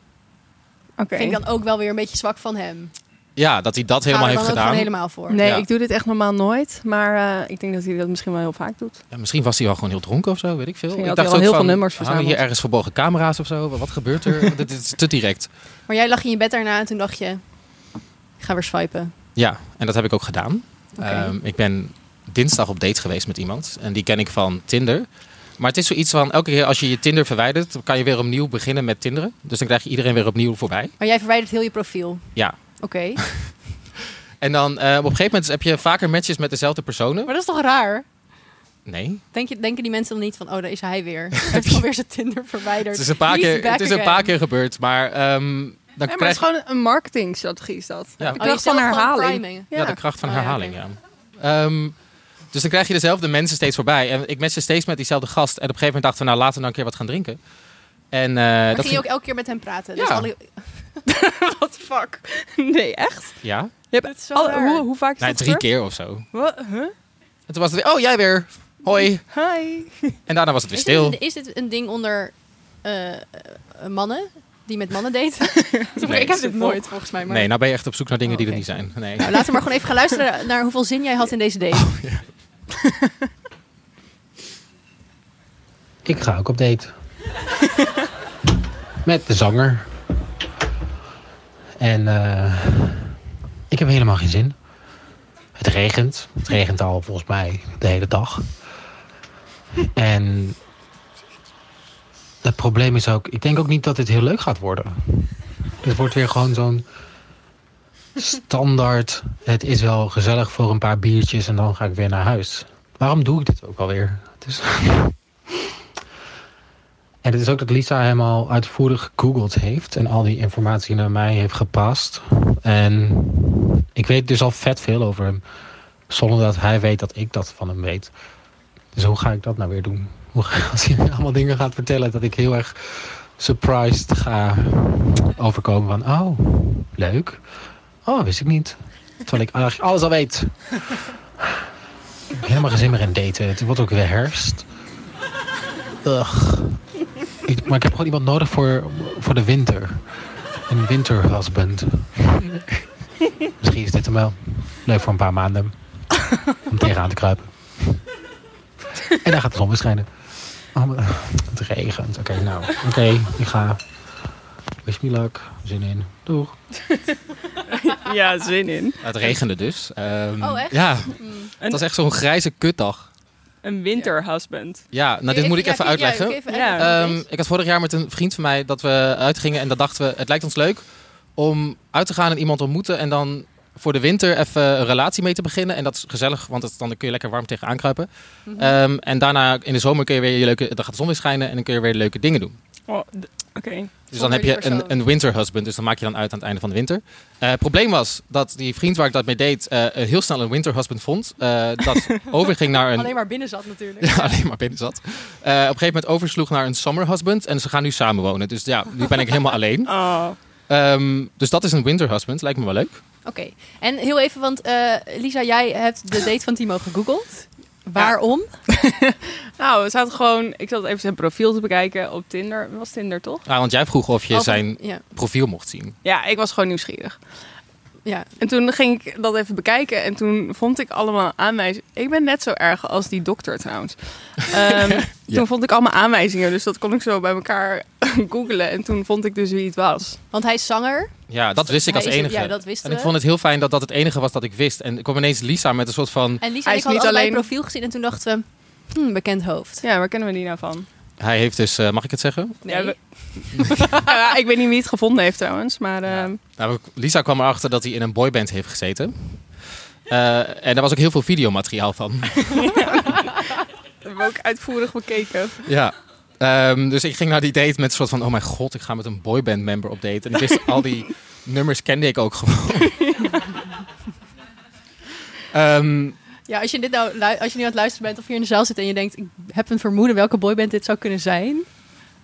[SPEAKER 3] Oké.
[SPEAKER 2] Vind ik dan ook wel weer een beetje zwak van hem.
[SPEAKER 1] Ja, dat hij dat
[SPEAKER 2] Ga er
[SPEAKER 1] helemaal
[SPEAKER 2] dan
[SPEAKER 1] heeft
[SPEAKER 2] ook gewoon
[SPEAKER 1] gedaan.
[SPEAKER 2] helemaal voor.
[SPEAKER 3] Nee,
[SPEAKER 1] Ja.
[SPEAKER 3] ik doe dit echt normaal nooit. Maar eh, ik denk dat hij dat misschien wel heel vaak doet.
[SPEAKER 1] Ja, misschien was hij wel gewoon heel dronken of zo, weet ik veel.
[SPEAKER 3] Misschien
[SPEAKER 1] ik
[SPEAKER 3] had hij al heel
[SPEAKER 1] ook
[SPEAKER 3] veel nummers
[SPEAKER 1] hangen hier
[SPEAKER 3] verzameld.
[SPEAKER 1] ergens verborgen camera's of zo. Wat gebeurt
[SPEAKER 3] *laughs*
[SPEAKER 1] er? Want Dit is te direct.
[SPEAKER 2] Maar jij lag in je bed daarna en toen dacht je... Ik ga weer swipen.
[SPEAKER 1] Ja, en dat heb ik ook gedaan.
[SPEAKER 2] Oké.
[SPEAKER 1] Ehm, ik ben dinsdag op date geweest met iemand. En die ken ik van Tinder. Maar het is zoiets van, elke keer als je je Tinder verwijdert... dan kan je weer opnieuw beginnen met Tinderen. Dus dan krijg je iedereen weer opnieuw voorbij.
[SPEAKER 2] Maar jij verwijdert heel je profiel.
[SPEAKER 1] Ja.
[SPEAKER 2] Oké. *laughs*
[SPEAKER 1] En dan eh, op een gegeven moment heb je vaker matches met dezelfde personen.
[SPEAKER 2] Maar dat is toch raar?
[SPEAKER 1] Nee.
[SPEAKER 2] Denk je, denken die mensen dan niet van... Oh, daar is hij
[SPEAKER 1] *laughs*
[SPEAKER 2] weer. Hij heeft gewoon weer zijn Tinder verwijderd.
[SPEAKER 1] Het is een paar
[SPEAKER 2] He's
[SPEAKER 1] keer,
[SPEAKER 2] back
[SPEAKER 1] het is een
[SPEAKER 2] again.
[SPEAKER 1] paar keer gebeurd. Maar ehm, dan
[SPEAKER 3] Ja, maar het
[SPEAKER 1] krijg
[SPEAKER 3] is gewoon een marketingstrategie is dat.
[SPEAKER 1] Ja.
[SPEAKER 3] De
[SPEAKER 2] Oh, je
[SPEAKER 3] kracht van
[SPEAKER 2] stelt gewoon
[SPEAKER 3] herhaling.
[SPEAKER 2] priming.
[SPEAKER 1] Ja, de kracht van
[SPEAKER 2] Oh, ja,
[SPEAKER 1] herhaling, ja. Ehm, dus dan krijg je dezelfde mensen steeds voorbij. En ik matchte steeds met diezelfde gast. En op een gegeven moment dachten we, nou laten we dan een keer wat gaan drinken. En eh,
[SPEAKER 2] Maar
[SPEAKER 1] dat
[SPEAKER 2] ging je
[SPEAKER 1] ging...
[SPEAKER 2] ook elke keer met hem praten?
[SPEAKER 1] Ja.
[SPEAKER 2] Dus alle,
[SPEAKER 3] *laughs* What the fuck? Nee, echt?
[SPEAKER 1] Ja,
[SPEAKER 3] Je
[SPEAKER 2] dat
[SPEAKER 3] hebt
[SPEAKER 2] is wel
[SPEAKER 3] alle,
[SPEAKER 2] raar.
[SPEAKER 3] hoe, hoe vaak is
[SPEAKER 1] nou,
[SPEAKER 3] dat
[SPEAKER 1] drie keer of zo.
[SPEAKER 3] keer. Wat? Huh?
[SPEAKER 1] En toen was het weer, oh jij weer, hoi.
[SPEAKER 3] Hi.
[SPEAKER 1] En daarna was het weer
[SPEAKER 2] Is
[SPEAKER 1] stil.
[SPEAKER 2] dit, is dit een ding onder eh, eh, mannen? Die met mannen
[SPEAKER 1] *laughs*
[SPEAKER 2] daten?
[SPEAKER 1] Nee.
[SPEAKER 2] ik heb dit nooit, volgens mij. Maar...
[SPEAKER 1] Nee, nou ben je echt op zoek naar dingen
[SPEAKER 2] Oh,
[SPEAKER 1] die er
[SPEAKER 2] oké.
[SPEAKER 1] niet zijn. Nee.
[SPEAKER 2] Nou, laten we maar gewoon even gaan luisteren naar hoeveel zin jij had in deze date.
[SPEAKER 1] Nou,
[SPEAKER 5] Ik ga ook op date. Met de zanger. En eh, ik heb helemaal geen zin. Het regent. Het regent al volgens mij de hele dag. En het probleem is ook, ik denk ook niet dat dit heel leuk gaat worden. Het wordt weer gewoon zo'n standaard. Het is wel gezellig voor een paar biertjes en dan ga ik weer naar huis. Waarom doe ik dit ook alweer? Het is en het is ook dat Lisa helemaal uitvoerig gegoogeld heeft en al die informatie naar mij heeft gepast. En ik weet dus al vet veel over hem, zonder dat hij weet dat ik dat van hem weet. Dus hoe ga ik dat nou weer doen? Hoe ga als hij me allemaal dingen gaat vertellen dat ik heel erg surprised ga overkomen van oh, leuk. Oh, wist ik niet. Terwijl ik eigenlijk alles al weet. Ik heb helemaal geen zin meer in daten. Het wordt ook weer herfst. Ugh. Ik- maar ik heb gewoon iemand nodig voor, voor de winter. Een winterhusband. Misschien is dit hem wel. Leuk voor een paar maanden. Om tegenaan te kruipen. En dan gaat de zon weer schijnen. Oh, maar- het regent. Oké, nou. Oké, ik ga. Wish me luck. Zin in. Doeg.
[SPEAKER 3] Ja, zin in.
[SPEAKER 1] Het regende dus. Ehm,
[SPEAKER 2] Oh, echt?
[SPEAKER 1] Ja,
[SPEAKER 2] Hmm.
[SPEAKER 1] het was echt zo'n grijze kutdag.
[SPEAKER 3] Een winterhusband.
[SPEAKER 1] Ja, nou dit moet ik
[SPEAKER 2] ja,
[SPEAKER 1] even
[SPEAKER 2] ja,
[SPEAKER 1] uitleggen.
[SPEAKER 2] oké, even
[SPEAKER 3] Ja.
[SPEAKER 2] uitleggen.
[SPEAKER 1] Ehm, ik had vorig jaar met een vriend van mij dat we uitgingen en dat dachten we, het lijkt ons leuk om uit te gaan en iemand te ontmoeten en dan voor de winter even een relatie mee te beginnen. En dat is gezellig, want het, dan kun je lekker warm tegenaan kruipen.
[SPEAKER 2] Mhm.
[SPEAKER 1] Ehm, en daarna in de zomer kun je weer je leuke, dan gaat de zon weer schijnen en dan kun je weer leuke dingen doen.
[SPEAKER 3] Oh, d- Oké.
[SPEAKER 1] Dus dan heb
[SPEAKER 2] die
[SPEAKER 1] je een,
[SPEAKER 2] persoon.
[SPEAKER 1] een winter husband, dus dan maak je dan uit aan het einde van de winter. Eh, het probleem was dat die vriend waar ik dat mee deed eh, heel snel een winter husband vond. eh,
[SPEAKER 2] *laughs*
[SPEAKER 1] dat overging naar een
[SPEAKER 2] Alleen maar binnen zat natuurlijk.
[SPEAKER 1] Um, *laughs* ja, alleen maar binnen zat. Eh, op een gegeven moment oversloeg naar een summer husband. En ze gaan nu samenwonen. Dus ja, nu ben ik helemaal
[SPEAKER 2] *laughs*
[SPEAKER 1] alleen.
[SPEAKER 3] Oh.
[SPEAKER 1] Ehm, dus dat is een winter husband. Lijkt me wel leuk.
[SPEAKER 2] Oké, en heel even, want eh, Lisa, jij hebt de date van Timo gegoogeld. Waarom?
[SPEAKER 3] Nou, we zaten gewoon... Ik zat even zijn profiel te bekijken op Tinder. Het was Tinder, toch?
[SPEAKER 1] Ah, want jij vroeg of je
[SPEAKER 2] Over-
[SPEAKER 1] zijn
[SPEAKER 2] Ja,
[SPEAKER 1] profiel mocht zien.
[SPEAKER 3] Ja, ik was gewoon nieuwsgierig.
[SPEAKER 2] ja.
[SPEAKER 3] En toen ging ik dat even bekijken en toen vond ik allemaal aanwijzingen. Ik ben net zo erg als die dokter trouwens.
[SPEAKER 6] *laughs*
[SPEAKER 3] Ehm, Toen vond ik allemaal aanwijzingen, dus dat kon ik zo bij elkaar *laughs* googelen. En toen vond ik dus wie het was.
[SPEAKER 2] Want hij is zanger.
[SPEAKER 1] Ja, dat wist ik
[SPEAKER 2] Hij
[SPEAKER 1] als
[SPEAKER 2] is eh, er-
[SPEAKER 1] enige.
[SPEAKER 2] ja, dat wisten
[SPEAKER 1] en ik
[SPEAKER 2] we.
[SPEAKER 1] vond het heel fijn dat dat het enige was dat ik wist. En ik kwam ineens Lisa met een soort van...
[SPEAKER 2] En Lisa
[SPEAKER 3] Hij
[SPEAKER 2] en ik
[SPEAKER 3] is
[SPEAKER 2] hadden
[SPEAKER 3] niet
[SPEAKER 2] allebei
[SPEAKER 3] alleen-
[SPEAKER 2] profiel gezien en toen dachten we... hmm, bekend hoofd.
[SPEAKER 3] Ja, waar kennen we die nou
[SPEAKER 6] *laughs*
[SPEAKER 3] van?
[SPEAKER 1] Hij heeft dus, eh, mag ik het zeggen?
[SPEAKER 2] Nee.
[SPEAKER 3] Ja, we- Nou ja, ik weet niet wie het gevonden heeft trouwens, maar ehm,
[SPEAKER 1] Nou, Lisa kwam erachter dat hij in een boyband heeft gezeten. Eh, en daar was ook heel veel videomateriaal van.
[SPEAKER 3] dat hebben we ook uitvoerig bekeken.
[SPEAKER 1] Ja. Ehm, dus ik ging naar die date met een soort van... Oh mijn god, ik ga met een boyband member op date. En ik wist al die nummers kende ik ook gewoon. Ehm,
[SPEAKER 2] Ja, als je, dit nou, lu- als je nu aan het luisteren bent of hier in de zaal zit en je denkt... ik heb een vermoeden welke boyband dit zou kunnen zijn...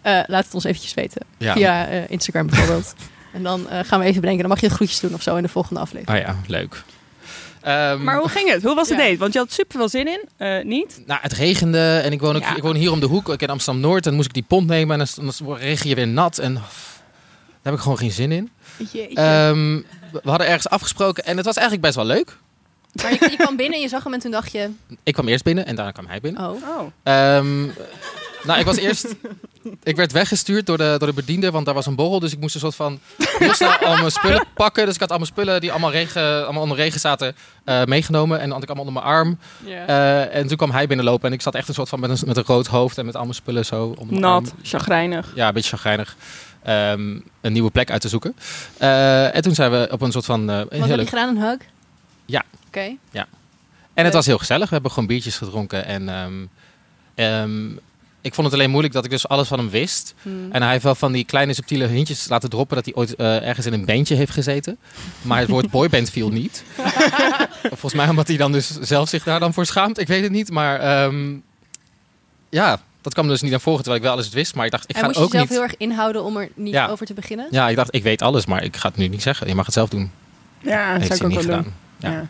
[SPEAKER 2] eh, laat het ons eventjes weten.
[SPEAKER 1] Ja.
[SPEAKER 2] Via eh, Instagram bijvoorbeeld. *laughs* en dan eh, gaan we even bedenken. Dan mag je groetjes doen of zo in de volgende aflevering.
[SPEAKER 1] Oh ja, leuk. Ehm,
[SPEAKER 6] Maar hoe ging het? Hoe was de
[SPEAKER 2] Ja.
[SPEAKER 6] date? Want je had super veel zin in. Eh, niet?
[SPEAKER 1] Nou, het regende en ik woon, ook,
[SPEAKER 6] Ja.
[SPEAKER 1] ik woon hier om de hoek. Ik in Amsterdam-Noord en dan moest ik die pont nemen. En dan, st- dan regen je weer nat en pff, daar heb ik gewoon geen zin in. Ehm, we we hadden ergens afgesproken en het was eigenlijk best wel leuk.
[SPEAKER 2] Maar je, je kwam binnen en je zag hem en toen dacht je...
[SPEAKER 1] Ik kwam eerst binnen en daarna kwam hij binnen.
[SPEAKER 2] Oh,
[SPEAKER 6] Oh.
[SPEAKER 1] Ehm, nou, ik was eerst... Ik werd weggestuurd door de, door de bediende, want daar was een borrel. Dus ik moest een soort van heel snel al mijn
[SPEAKER 2] *laughs*
[SPEAKER 1] spullen pakken. Dus ik had al mijn spullen die allemaal, regen, allemaal onder regen zaten eh, meegenomen. En dan had ik allemaal onder mijn arm. Eh, en toen kwam hij binnenlopen en ik zat echt een soort van met een, met een rood hoofd en met al mijn spullen zo onder mijn arm.
[SPEAKER 6] Nat, chagrijnig.
[SPEAKER 1] Ja, een beetje chagrijnig. ehm, een nieuwe plek uit te zoeken. Eh, en toen zijn we op een soort van... eh, een
[SPEAKER 2] wat
[SPEAKER 1] heel
[SPEAKER 2] heb je
[SPEAKER 1] leuk-
[SPEAKER 2] gedaan? Een hug?
[SPEAKER 1] Ja.
[SPEAKER 2] Oké.
[SPEAKER 1] en het was heel gezellig. We hebben gewoon biertjes gedronken. En ehm, ehm, ik vond het alleen moeilijk dat ik dus alles van hem wist.
[SPEAKER 2] Hmm.
[SPEAKER 1] En hij heeft wel van die kleine subtiele hintjes laten droppen... dat hij ooit eh, ergens in een bandje heeft gezeten. Maar het woord boyband viel niet.
[SPEAKER 2] *laughs*
[SPEAKER 1] Volgens mij omdat hij dan dus zelf zich daar dan voor schaamt. Ik weet het niet, maar... ehm, ja, dat kwam dus niet naar voren terwijl ik wel alles wist. Maar ik dacht, ik
[SPEAKER 2] en
[SPEAKER 1] ga
[SPEAKER 2] moest
[SPEAKER 1] het
[SPEAKER 2] je
[SPEAKER 1] ook
[SPEAKER 2] jezelf
[SPEAKER 1] niet...
[SPEAKER 2] heel erg inhouden om er niet
[SPEAKER 1] Ja.
[SPEAKER 2] over te beginnen?
[SPEAKER 1] Ja, ik dacht, ik weet alles, maar ik ga het nu niet zeggen. Je mag het zelf doen.
[SPEAKER 2] Ah,
[SPEAKER 6] Ja,
[SPEAKER 1] heeft hij niet gedaan.
[SPEAKER 6] Ja.
[SPEAKER 1] Ja.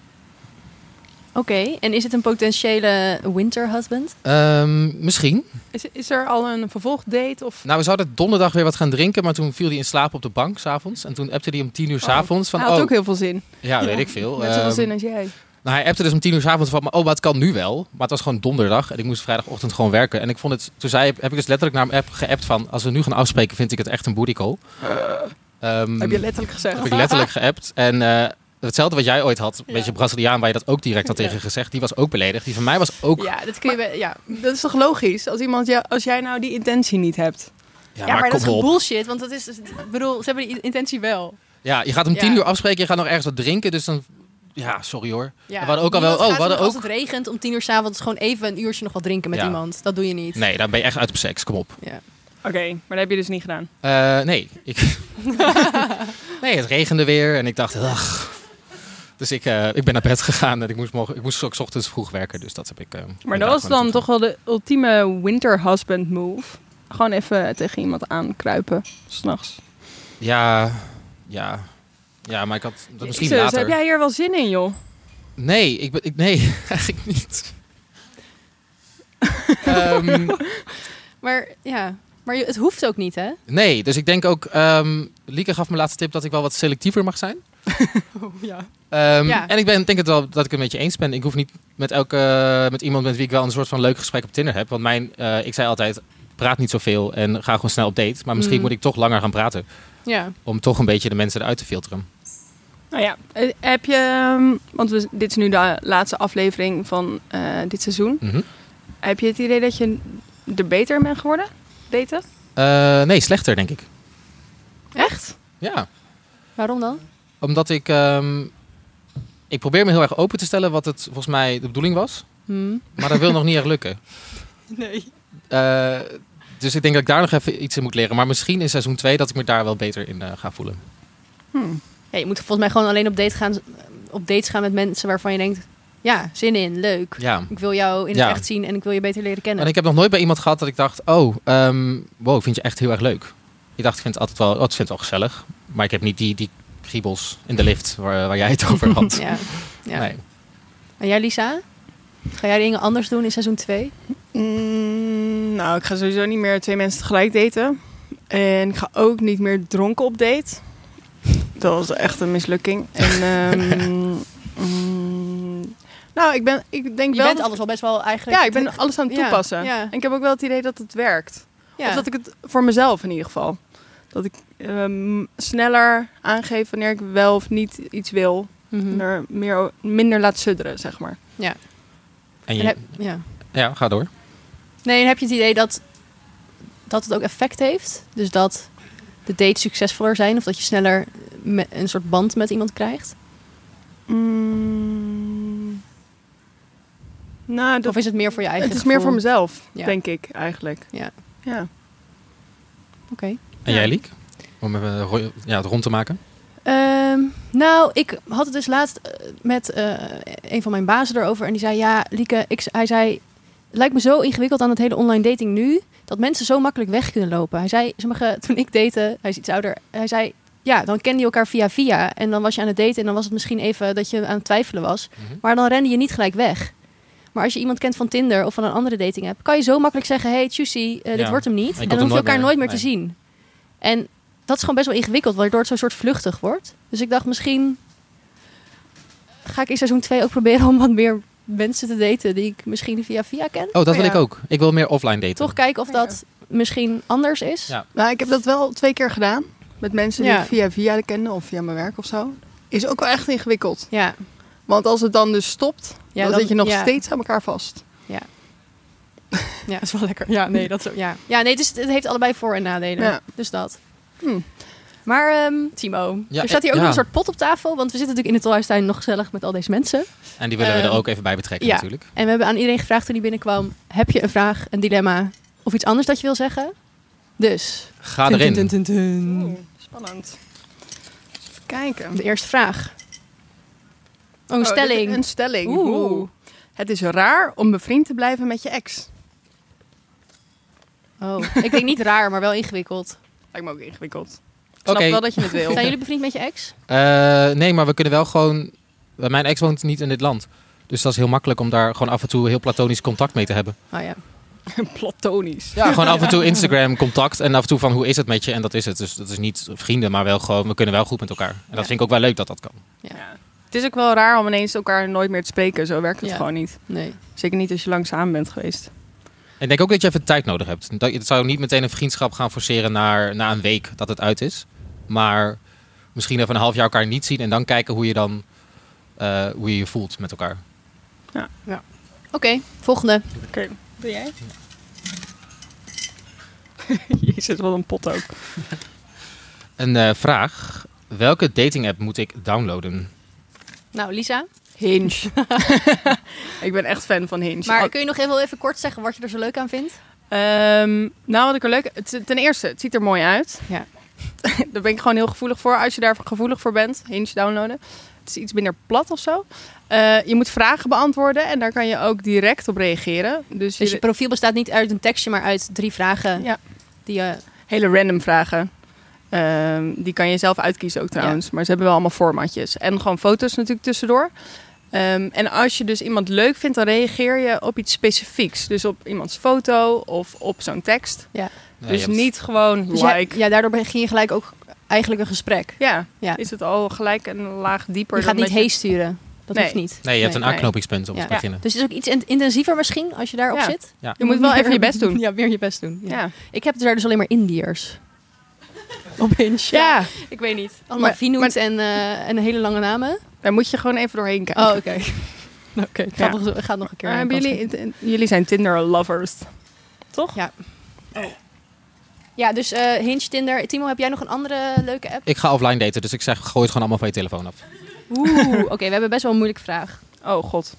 [SPEAKER 2] Oké. En is het een potentiële winter husband?
[SPEAKER 1] Ehm, misschien.
[SPEAKER 6] Is, is er al een vervolgdate? Of...
[SPEAKER 1] Nou, we zouden donderdag weer wat gaan drinken, maar toen viel hij in slaap op de bank s'avonds. En toen appte hij om tien uur s'avonds van,
[SPEAKER 6] Hij had
[SPEAKER 1] oh,
[SPEAKER 6] ook heel veel zin.
[SPEAKER 1] ja, weet ik veel.
[SPEAKER 6] Net zoveel
[SPEAKER 1] Ehm,
[SPEAKER 6] zin als jij.
[SPEAKER 1] nou, hij appte dus om tien uur s'avonds van, oh, maar het kan nu wel. Maar het was gewoon donderdag en ik moest vrijdagochtend gewoon werken. En ik vond het, toen zei, heb ik dus letterlijk naar hem app geappt van, als we nu gaan afspreken, vind ik het echt een booty call. Ehm,
[SPEAKER 6] Eh. Heb je letterlijk gezegd.
[SPEAKER 1] heb ik letterlijk geappt. En eh, hetzelfde wat jij ooit had, een beetje Braziliaan, waar je dat ook direct had tegen gezegd. Die was ook beledigd. Die van mij was ook...
[SPEAKER 6] Ja, dat,
[SPEAKER 2] kun je bij- ja.
[SPEAKER 6] dat is toch logisch? Als, iemand jou, als jij nou die intentie niet hebt.
[SPEAKER 2] Ja, maar, dat is bullshit, want dat is, ik bedoel, ze hebben die intentie wel.
[SPEAKER 1] Ja, je gaat om tien
[SPEAKER 2] Ja.
[SPEAKER 1] uur afspreken, je gaat nog ergens wat drinken, dus dan... Ja, sorry hoor.
[SPEAKER 2] Ja.
[SPEAKER 1] We hadden ook al wel-
[SPEAKER 2] Niemand
[SPEAKER 1] oh, we
[SPEAKER 2] gaat
[SPEAKER 1] hadden
[SPEAKER 2] om-
[SPEAKER 1] ook-
[SPEAKER 2] Als het regent om tien uur s'avonds gewoon even een uurtje nog wat drinken met
[SPEAKER 1] Ja.
[SPEAKER 2] iemand. Dat doe je niet.
[SPEAKER 1] Nee, dan ben je echt uit op seks, kom op.
[SPEAKER 2] Ja.
[SPEAKER 6] Oké, maar dat heb je dus niet gedaan.
[SPEAKER 1] Eh, nee, ik... *laughs* nee, het regende weer en ik dacht, ach. Dus ik, eh, ik ben naar bed gegaan en ik moest, morgen, ik moest ook 's ochtends vroeg werken, dus dat heb ik... eh,
[SPEAKER 6] Maar
[SPEAKER 1] inderdaad
[SPEAKER 6] dat was
[SPEAKER 1] gewoon
[SPEAKER 6] dan
[SPEAKER 1] naartoe
[SPEAKER 6] toch wel de ultieme winter husband move. Gewoon even tegen iemand aankruipen. S'nachts.
[SPEAKER 1] gedaan. Ja, ja. Ja, maar ik had dat misschien
[SPEAKER 6] Jezus,
[SPEAKER 1] later.
[SPEAKER 6] heb jij hier wel zin in, joh?
[SPEAKER 1] Nee, ik ben, ik, nee, *laughs* eigenlijk
[SPEAKER 6] *laughs*
[SPEAKER 1] niet. Ehm,
[SPEAKER 2] Maar ja, maar je- het hoeft ook niet, hè?
[SPEAKER 1] nee, dus ik denk ook... ehm Lieke gaf me laatste tip dat ik wel wat selectiever mag zijn.
[SPEAKER 6] Oh,
[SPEAKER 2] ja.
[SPEAKER 1] Ehm,
[SPEAKER 2] Ja.
[SPEAKER 1] En ik ben, denk het wel dat ik het een beetje eens ben. Ik hoef niet met, elke, eh, met iemand met wie ik wel een soort van leuk gesprek op Tinder heb. Want mijn, eh, ik zei altijd, praat niet zoveel en ga gewoon snel op date. Maar misschien
[SPEAKER 2] Mm.
[SPEAKER 1] moet ik toch langer gaan praten.
[SPEAKER 2] Ja.
[SPEAKER 1] Om toch een beetje de mensen eruit te filteren.
[SPEAKER 6] Nou ja, eh, heb je... ehm, Want we, dit is nu de laatste aflevering van eh, dit seizoen.
[SPEAKER 1] Mhm.
[SPEAKER 6] Heb je het idee dat je er beter in bent geworden? Daten?
[SPEAKER 1] Eh, nee, slechter denk ik.
[SPEAKER 6] Echt?
[SPEAKER 1] Ja,
[SPEAKER 2] Waarom dan?
[SPEAKER 1] omdat ik... ehm, ik probeer me heel erg open te stellen wat het volgens mij de bedoeling was.
[SPEAKER 2] Hmm.
[SPEAKER 1] Maar dat wil nog niet erg lukken.
[SPEAKER 2] *laughs* Nee.
[SPEAKER 1] Eh, dus ik denk dat ik daar nog even iets in moet leren. Maar misschien in seizoen 2 dat ik me daar wel beter in eh, ga voelen.
[SPEAKER 2] Ja, je moet volgens mij gewoon alleen op, date gaan, op dates gaan met mensen waarvan je denkt... Ja, zin in, leuk.
[SPEAKER 1] Ja.
[SPEAKER 2] Ik wil jou in het
[SPEAKER 1] Ja.
[SPEAKER 2] echt zien en ik wil je beter leren kennen.
[SPEAKER 1] En ik heb nog nooit bij iemand gehad dat ik dacht, oh, ehm, wow, ik vind je echt heel erg leuk. Ik dacht, ik vind het altijd wel, oh, ik vind het wel gezellig. Maar ik heb niet die, die kriebels in de lift waar, waar jij
[SPEAKER 2] *laughs*
[SPEAKER 1] het over had. *laughs*
[SPEAKER 2] Ja. ja.
[SPEAKER 1] Nee.
[SPEAKER 2] En jij, Lisa? Ga jij dingen anders doen in seizoen 2?
[SPEAKER 6] Mm, nou, ik ga sowieso niet meer twee mensen tegelijk daten. En ik ga ook niet meer dronken op date. Dat was echt een mislukking.
[SPEAKER 2] *laughs*
[SPEAKER 6] En, ehm, mm, nou, ik, ben, ik denk
[SPEAKER 2] Je
[SPEAKER 6] wel...
[SPEAKER 2] bent
[SPEAKER 6] dat-
[SPEAKER 2] alles wel best wel eigenlijk...
[SPEAKER 6] ja, ik ben alles aan het
[SPEAKER 2] Ja,
[SPEAKER 6] toepassen.
[SPEAKER 2] ja.
[SPEAKER 6] En ik heb ook wel het idee dat het werkt.
[SPEAKER 2] Ja.
[SPEAKER 6] Of dat ik het voor mezelf in ieder geval. Dat ik ehm, sneller aangeef wanneer ik wel of niet iets wil.
[SPEAKER 2] Mhm.
[SPEAKER 6] En er meer, minder laat sudderen, zeg maar.
[SPEAKER 1] En je,
[SPEAKER 2] En heb, ja.
[SPEAKER 1] Ja, ga door.
[SPEAKER 2] Nee, en heb je het idee dat, dat het ook effect heeft? Dus dat de dates succesvoller zijn of dat je sneller me- een soort band met iemand krijgt?
[SPEAKER 6] Mm. Nou, dat,
[SPEAKER 2] of is het meer voor je eigen
[SPEAKER 6] het is meer voor
[SPEAKER 2] gevoel?
[SPEAKER 6] mezelf,
[SPEAKER 2] Ja.
[SPEAKER 6] denk ik eigenlijk.
[SPEAKER 2] Ja.
[SPEAKER 6] ja.
[SPEAKER 2] Oké.
[SPEAKER 1] En jij, Liek? Om even ro- ja, het rond te maken.
[SPEAKER 2] Ehm, Ehm, nou, ik had het dus laatst eh, met eh, een van mijn bazen erover. En die zei, ja, Lieke, ik, hij zei... Het lijkt me zo ingewikkeld aan het hele online dating nu... dat mensen zo makkelijk weg kunnen lopen. Hij zei, sommige, *laughs* toen ik date, hij is iets ouder... Hij zei, ja, dan kende je elkaar via via. En dan was je aan het daten en dan was het misschien even dat je aan het twijfelen was.
[SPEAKER 1] Mhm.
[SPEAKER 2] Maar dan rende je niet gelijk weg. Maar als je iemand kent van Tinder of van een andere dating app... kan je zo makkelijk zeggen, hey, tjussie, eh, dit
[SPEAKER 1] Ja.
[SPEAKER 2] wordt hem niet. En
[SPEAKER 1] komt hem
[SPEAKER 2] dan hoef je
[SPEAKER 1] nooit
[SPEAKER 2] elkaar
[SPEAKER 1] meer-
[SPEAKER 2] nooit meer te
[SPEAKER 1] nee.
[SPEAKER 2] zien. En dat is gewoon best wel ingewikkeld, waardoor het zo'n soort vluchtig wordt. Dus ik dacht, misschien ga ik in seizoen 2 ook proberen om wat meer mensen te daten die ik misschien via via ken.
[SPEAKER 1] Oh, dat wil
[SPEAKER 6] Ja.
[SPEAKER 1] ik ook. Ik wil meer offline daten.
[SPEAKER 2] Toch kijken of dat misschien anders is.
[SPEAKER 1] Ja.
[SPEAKER 6] Nou, ik heb dat wel twee keer gedaan. Met mensen die
[SPEAKER 2] Ja.
[SPEAKER 6] ik via via kende of via mijn werk of zo. Is ook wel echt ingewikkeld.
[SPEAKER 2] ja.
[SPEAKER 6] Want als het dan dus stopt,
[SPEAKER 2] Ja,
[SPEAKER 6] dan,
[SPEAKER 2] dan-
[SPEAKER 6] zit je nog
[SPEAKER 2] ja.
[SPEAKER 6] steeds aan elkaar vast.
[SPEAKER 2] Ja, dat is wel lekker. Ja, nee, dat ja. Ja, nee, dus het heeft allebei voor- en nadelen.
[SPEAKER 6] Ja.
[SPEAKER 2] Dus dat.
[SPEAKER 6] Hm.
[SPEAKER 2] Maar ehm, Timo,
[SPEAKER 1] Ja, eh,
[SPEAKER 2] er staat hier ook
[SPEAKER 1] ja.
[SPEAKER 2] nog een soort pot op tafel, want we zitten natuurlijk in de tolhuistuin nog gezellig met al deze mensen.
[SPEAKER 1] En die willen we er
[SPEAKER 2] Ehm,
[SPEAKER 1] ook even bij betrekken
[SPEAKER 2] ja.
[SPEAKER 1] natuurlijk.
[SPEAKER 2] En we hebben aan iedereen gevraagd toen hij binnenkwam: heb je een vraag, een dilemma of iets anders dat je wil zeggen? Dus.
[SPEAKER 1] Ga erin.
[SPEAKER 2] Dun, dun, dun, dun.
[SPEAKER 6] spannend. Even kijken.
[SPEAKER 2] De eerste vraag. Oh, een
[SPEAKER 6] Oh, dit-
[SPEAKER 2] stelling.
[SPEAKER 6] Een stelling.
[SPEAKER 2] Oeh.
[SPEAKER 6] Oeh. Het is raar om bevriend te blijven met je ex.
[SPEAKER 2] Oh, ik denk niet raar, maar wel ingewikkeld.
[SPEAKER 6] Lijkt me ook ingewikkeld. Ik
[SPEAKER 1] Oké.
[SPEAKER 6] snap wel dat je het wil. *laughs*
[SPEAKER 2] Zijn jullie bevriend met je ex?
[SPEAKER 1] Eh, nee, maar we kunnen wel gewoon... Mijn ex woont niet in dit land. Dus dat is heel makkelijk om daar gewoon af en toe heel platonisch contact mee te hebben.
[SPEAKER 2] Oh ja.
[SPEAKER 6] platonisch?
[SPEAKER 1] Ja, *laughs* gewoon af en toe Instagram contact en af en toe van hoe is het met je en dat is het. Dus dat is niet vrienden, maar wel gewoon, we kunnen wel goed met elkaar. En dat
[SPEAKER 6] Ja.
[SPEAKER 1] vind ik ook wel leuk dat dat kan.
[SPEAKER 6] Het is ook wel raar om ineens elkaar nooit meer te spreken. Zo werkt het
[SPEAKER 2] Ja.
[SPEAKER 6] gewoon niet.
[SPEAKER 2] Nee.
[SPEAKER 6] Zeker niet als je lang samen bent geweest.
[SPEAKER 1] Ik denk ook dat je even tijd nodig hebt. Dat je het zou niet meteen een vriendschap gaan forceren naar, na een week dat het uit is. Maar misschien even een half jaar elkaar niet zien en dan kijken hoe je dan eh, hoe je, je voelt met elkaar.
[SPEAKER 2] Oké, volgende.
[SPEAKER 6] Oké, ben jij? Jezus, wat een pot ook.
[SPEAKER 1] Een eh, vraag. Welke dating app moet ik downloaden?
[SPEAKER 2] Nou, Lisa.
[SPEAKER 6] Hinge. *laughs* ik ben echt fan van Hinge.
[SPEAKER 2] Maar
[SPEAKER 6] Al-
[SPEAKER 2] kun je nog even, even kort zeggen wat je er zo leuk aan vindt?
[SPEAKER 6] Ehm, nou, wat ik er leuk... het- Ten eerste, het ziet er mooi uit.
[SPEAKER 2] Ja.
[SPEAKER 6] *laughs* daar ben ik gewoon heel gevoelig voor. Als je daar gevoelig voor bent, Hinge downloaden. Het is iets minder plat of zo. Eh, je moet vragen beantwoorden en daar kan je ook direct op reageren. Dus,
[SPEAKER 2] Dus
[SPEAKER 6] je,
[SPEAKER 2] je profiel bestaat niet uit een tekstje, maar uit drie vragen.
[SPEAKER 6] Ja.
[SPEAKER 2] Die eh, je...
[SPEAKER 6] hele random vragen. Ehm, die kan je zelf uitkiezen ook trouwens. Maar ze hebben wel allemaal formatjes. En gewoon foto's natuurlijk tussendoor. Ehm, en als je dus iemand leuk vindt, dan reageer je op iets specifieks. Dus op iemands foto of op zo'n tekst.
[SPEAKER 1] Ja,
[SPEAKER 6] dus
[SPEAKER 1] Eh, je hebt-
[SPEAKER 6] niet gewoon
[SPEAKER 2] Dus
[SPEAKER 6] like.
[SPEAKER 2] jij- ja, daardoor begin je gelijk ook eigenlijk een gesprek.
[SPEAKER 6] Ja,
[SPEAKER 2] Ja.
[SPEAKER 6] is het al gelijk een laag dieper.
[SPEAKER 2] Je gaat
[SPEAKER 6] dan
[SPEAKER 2] niet
[SPEAKER 6] dat
[SPEAKER 2] heen sturen. Dat
[SPEAKER 6] Nee.
[SPEAKER 2] hoeft niet.
[SPEAKER 1] Nee, je hebt
[SPEAKER 2] Nee.
[SPEAKER 1] een aanknopingspunt om
[SPEAKER 2] Ja.
[SPEAKER 1] te beginnen.
[SPEAKER 2] Dus het is ook iets in- intensiever misschien als je daarop
[SPEAKER 6] Ja.
[SPEAKER 2] zit.
[SPEAKER 6] Je moet wel
[SPEAKER 2] meer-
[SPEAKER 6] even je best doen.
[SPEAKER 2] *laughs* Ja, meer je best doen. Ja.
[SPEAKER 6] Ja.
[SPEAKER 2] Ik heb daar dus alleen maar Indiërs. *laughs* Op Hinge.
[SPEAKER 6] Ja.
[SPEAKER 2] Ik weet niet. Allemaal
[SPEAKER 6] Maar-
[SPEAKER 2] Vinoet
[SPEAKER 6] maar-
[SPEAKER 2] en, eh, en hele lange namen.
[SPEAKER 6] daar moet je gewoon even doorheen kijken.
[SPEAKER 2] Oh, oké. *laughs* Nou, Oké, ik ga
[SPEAKER 6] Ja.
[SPEAKER 2] nog- ik ga het nog een keer
[SPEAKER 6] Maar
[SPEAKER 2] aan
[SPEAKER 6] hebben
[SPEAKER 2] de
[SPEAKER 6] jullie,
[SPEAKER 2] kant
[SPEAKER 6] in- in- jullie zijn Tinder-lovers.
[SPEAKER 2] zetten. Ja, dus eh Hinge, Tinder. Timo, heb jij nog een andere leuke app?
[SPEAKER 1] Ik ga offline daten, dus ik zeg gooi het gewoon allemaal van je telefoon af.
[SPEAKER 2] Oeh, oké. we hebben best wel een moeilijke vraag.
[SPEAKER 6] Oh god.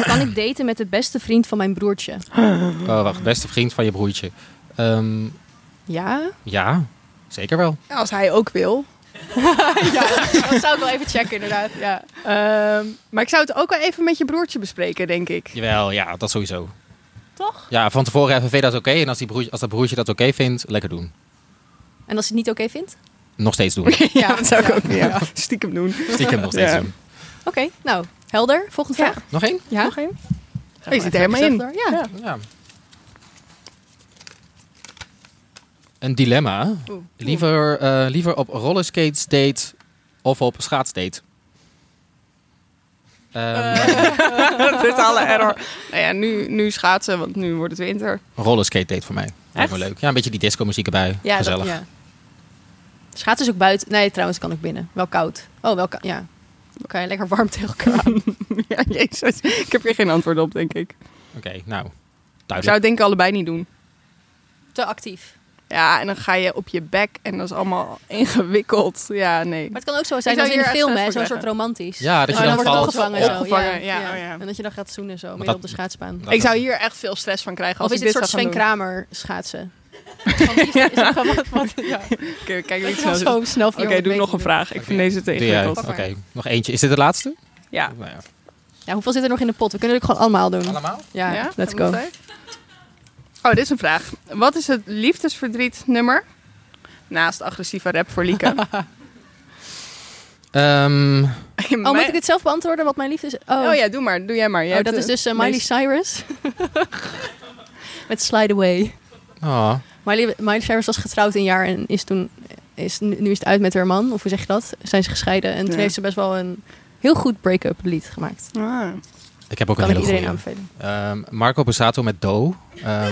[SPEAKER 2] Kan ik daten met de beste vriend van mijn broertje?
[SPEAKER 1] Oh, wacht. Beste vriend van je broertje. Ehm,
[SPEAKER 2] Ja?
[SPEAKER 1] ja, zeker wel.
[SPEAKER 6] Als hij ook wil.
[SPEAKER 2] ja, *laughs* dat zou ik wel even checken inderdaad. Ja.
[SPEAKER 6] Ehm, maar ik zou het ook wel even met je broertje bespreken, denk ik.
[SPEAKER 1] Jawel, ja, dat sowieso.
[SPEAKER 6] Toch?
[SPEAKER 1] Ja, van tevoren even, vind je dat oké? En als, die broertje, als dat broertje dat oké vindt, lekker doen.
[SPEAKER 2] En als hij het niet oké vindt?
[SPEAKER 1] Nog steeds doen.
[SPEAKER 2] *laughs*
[SPEAKER 6] Ja, dat zou ik ook weer stiekem doen.
[SPEAKER 1] Stiekem nog steeds
[SPEAKER 6] Ja.
[SPEAKER 1] doen.
[SPEAKER 2] Oké, nou, helder. Volgende
[SPEAKER 6] Ja.
[SPEAKER 2] vraag.
[SPEAKER 1] Nog één?
[SPEAKER 2] Ja?
[SPEAKER 6] Nog één? Oh, je zit er helemaal
[SPEAKER 2] Gezellig
[SPEAKER 6] in.
[SPEAKER 2] door. Ja.
[SPEAKER 6] Ja.
[SPEAKER 1] Ja. Een dilemma.
[SPEAKER 6] Oeh.
[SPEAKER 1] Liever, eh, liever op rollerskates date of op schaatsdate? Ehm
[SPEAKER 6] Totale error. Nou ja, nu, nu schaatsen, want nu wordt het winter. *laughs*
[SPEAKER 1] Rollerskate date voor mij. Lijkt me
[SPEAKER 6] Echt?
[SPEAKER 1] leuk. Ja, een beetje die disco muziek erbij.
[SPEAKER 2] Ja, dat-
[SPEAKER 1] Gezellig.
[SPEAKER 2] ja. Schaatsen is ook buiten. Nee, trouwens kan ook binnen. Wel koud. Oh, wel koud. Ja. Dan kan je lekker warm *laughs* tegen elkaar aan.
[SPEAKER 6] ja, jezus. Ik heb hier geen antwoord op, denk ik.
[SPEAKER 1] Oké, nou.
[SPEAKER 6] Ik zou
[SPEAKER 1] Duidelijk.
[SPEAKER 6] het denk ik allebei niet doen.
[SPEAKER 2] Te actief.
[SPEAKER 6] Ja, en dan ga je op je bek en dat is allemaal ingewikkeld. Ja, nee.
[SPEAKER 2] Maar het kan ook zo zijn
[SPEAKER 6] zou
[SPEAKER 2] als in de
[SPEAKER 6] hier echt
[SPEAKER 2] film,
[SPEAKER 6] vet
[SPEAKER 2] hè.
[SPEAKER 6] voor
[SPEAKER 2] Zo'n soort
[SPEAKER 6] zeggen.
[SPEAKER 2] romantisch.
[SPEAKER 1] Ja, dat je
[SPEAKER 2] Oh,
[SPEAKER 1] dan,
[SPEAKER 2] wordt het
[SPEAKER 1] valt.
[SPEAKER 2] opgevangen
[SPEAKER 6] op-
[SPEAKER 2] zo.
[SPEAKER 6] opgevangen,
[SPEAKER 2] Ja,
[SPEAKER 6] ja,
[SPEAKER 2] ja.
[SPEAKER 6] oh ja.
[SPEAKER 2] En dat je dan gaat zoenen zo, midden
[SPEAKER 1] dat-
[SPEAKER 2] op de schaatsbaan.
[SPEAKER 1] Dat-
[SPEAKER 6] Ik zou hier echt veel stress van krijgen
[SPEAKER 2] Of
[SPEAKER 6] als
[SPEAKER 2] is
[SPEAKER 6] ik
[SPEAKER 2] dit een
[SPEAKER 6] dit
[SPEAKER 2] soort
[SPEAKER 6] zou
[SPEAKER 2] Sven
[SPEAKER 6] gaan doen. *laughs*
[SPEAKER 2] Kramer schaatsen? goed van wie is, is er gewoon wat, wat ja.
[SPEAKER 6] Oké, kijk
[SPEAKER 2] Ik
[SPEAKER 6] niet
[SPEAKER 2] was
[SPEAKER 6] zo.
[SPEAKER 2] zo snel 400
[SPEAKER 6] Oké, doe nog
[SPEAKER 2] meter
[SPEAKER 6] een
[SPEAKER 2] doen.
[SPEAKER 6] vraag. Ik vind deze te
[SPEAKER 1] Doe jij het?
[SPEAKER 6] ingewikkeld.
[SPEAKER 1] Oké,
[SPEAKER 2] Pak maar.
[SPEAKER 1] nog eentje. Is dit de laatste?
[SPEAKER 6] Ja.
[SPEAKER 1] Nou ja.
[SPEAKER 2] Ja, hoeveel zit er nog in de pot? We kunnen het gewoon allemaal doen.
[SPEAKER 1] Allemaal?
[SPEAKER 2] Ja,
[SPEAKER 6] Ja,
[SPEAKER 2] let's
[SPEAKER 6] helemaal
[SPEAKER 2] go.
[SPEAKER 6] tijd. Oh, dit is een vraag. Wat is het liefdesverdriet nummer? Naast agressieve rap voor Lieke.
[SPEAKER 1] Ehm,
[SPEAKER 2] Oh, moet ik dit zelf beantwoorden? Wat mijn liefde is? Oh,
[SPEAKER 6] Oh ja, doe maar. Doe jij maar. Jij
[SPEAKER 2] Oh,
[SPEAKER 6] hebt
[SPEAKER 2] dat
[SPEAKER 6] de
[SPEAKER 2] is dus eh, Miley
[SPEAKER 6] meest-
[SPEAKER 2] Cyrus. *laughs* Met Slide Away.
[SPEAKER 1] oh.
[SPEAKER 2] Miley, Miley Cyrus was getrouwd een jaar en is toen... Is, nu nu is het uit met haar man, of hoe zeg je dat? Zijn ze gescheiden. En toen
[SPEAKER 6] Ja.
[SPEAKER 2] heeft ze best wel een heel goed break-up lied gemaakt.
[SPEAKER 6] Ah.
[SPEAKER 1] Ik heb ook
[SPEAKER 2] Kan
[SPEAKER 1] een
[SPEAKER 2] ik
[SPEAKER 1] hele
[SPEAKER 2] iedereen
[SPEAKER 1] goeie.
[SPEAKER 2] aanbevelen.
[SPEAKER 1] Ehm, Marco Borsato met Do.
[SPEAKER 2] *laughs*
[SPEAKER 1] Ehm,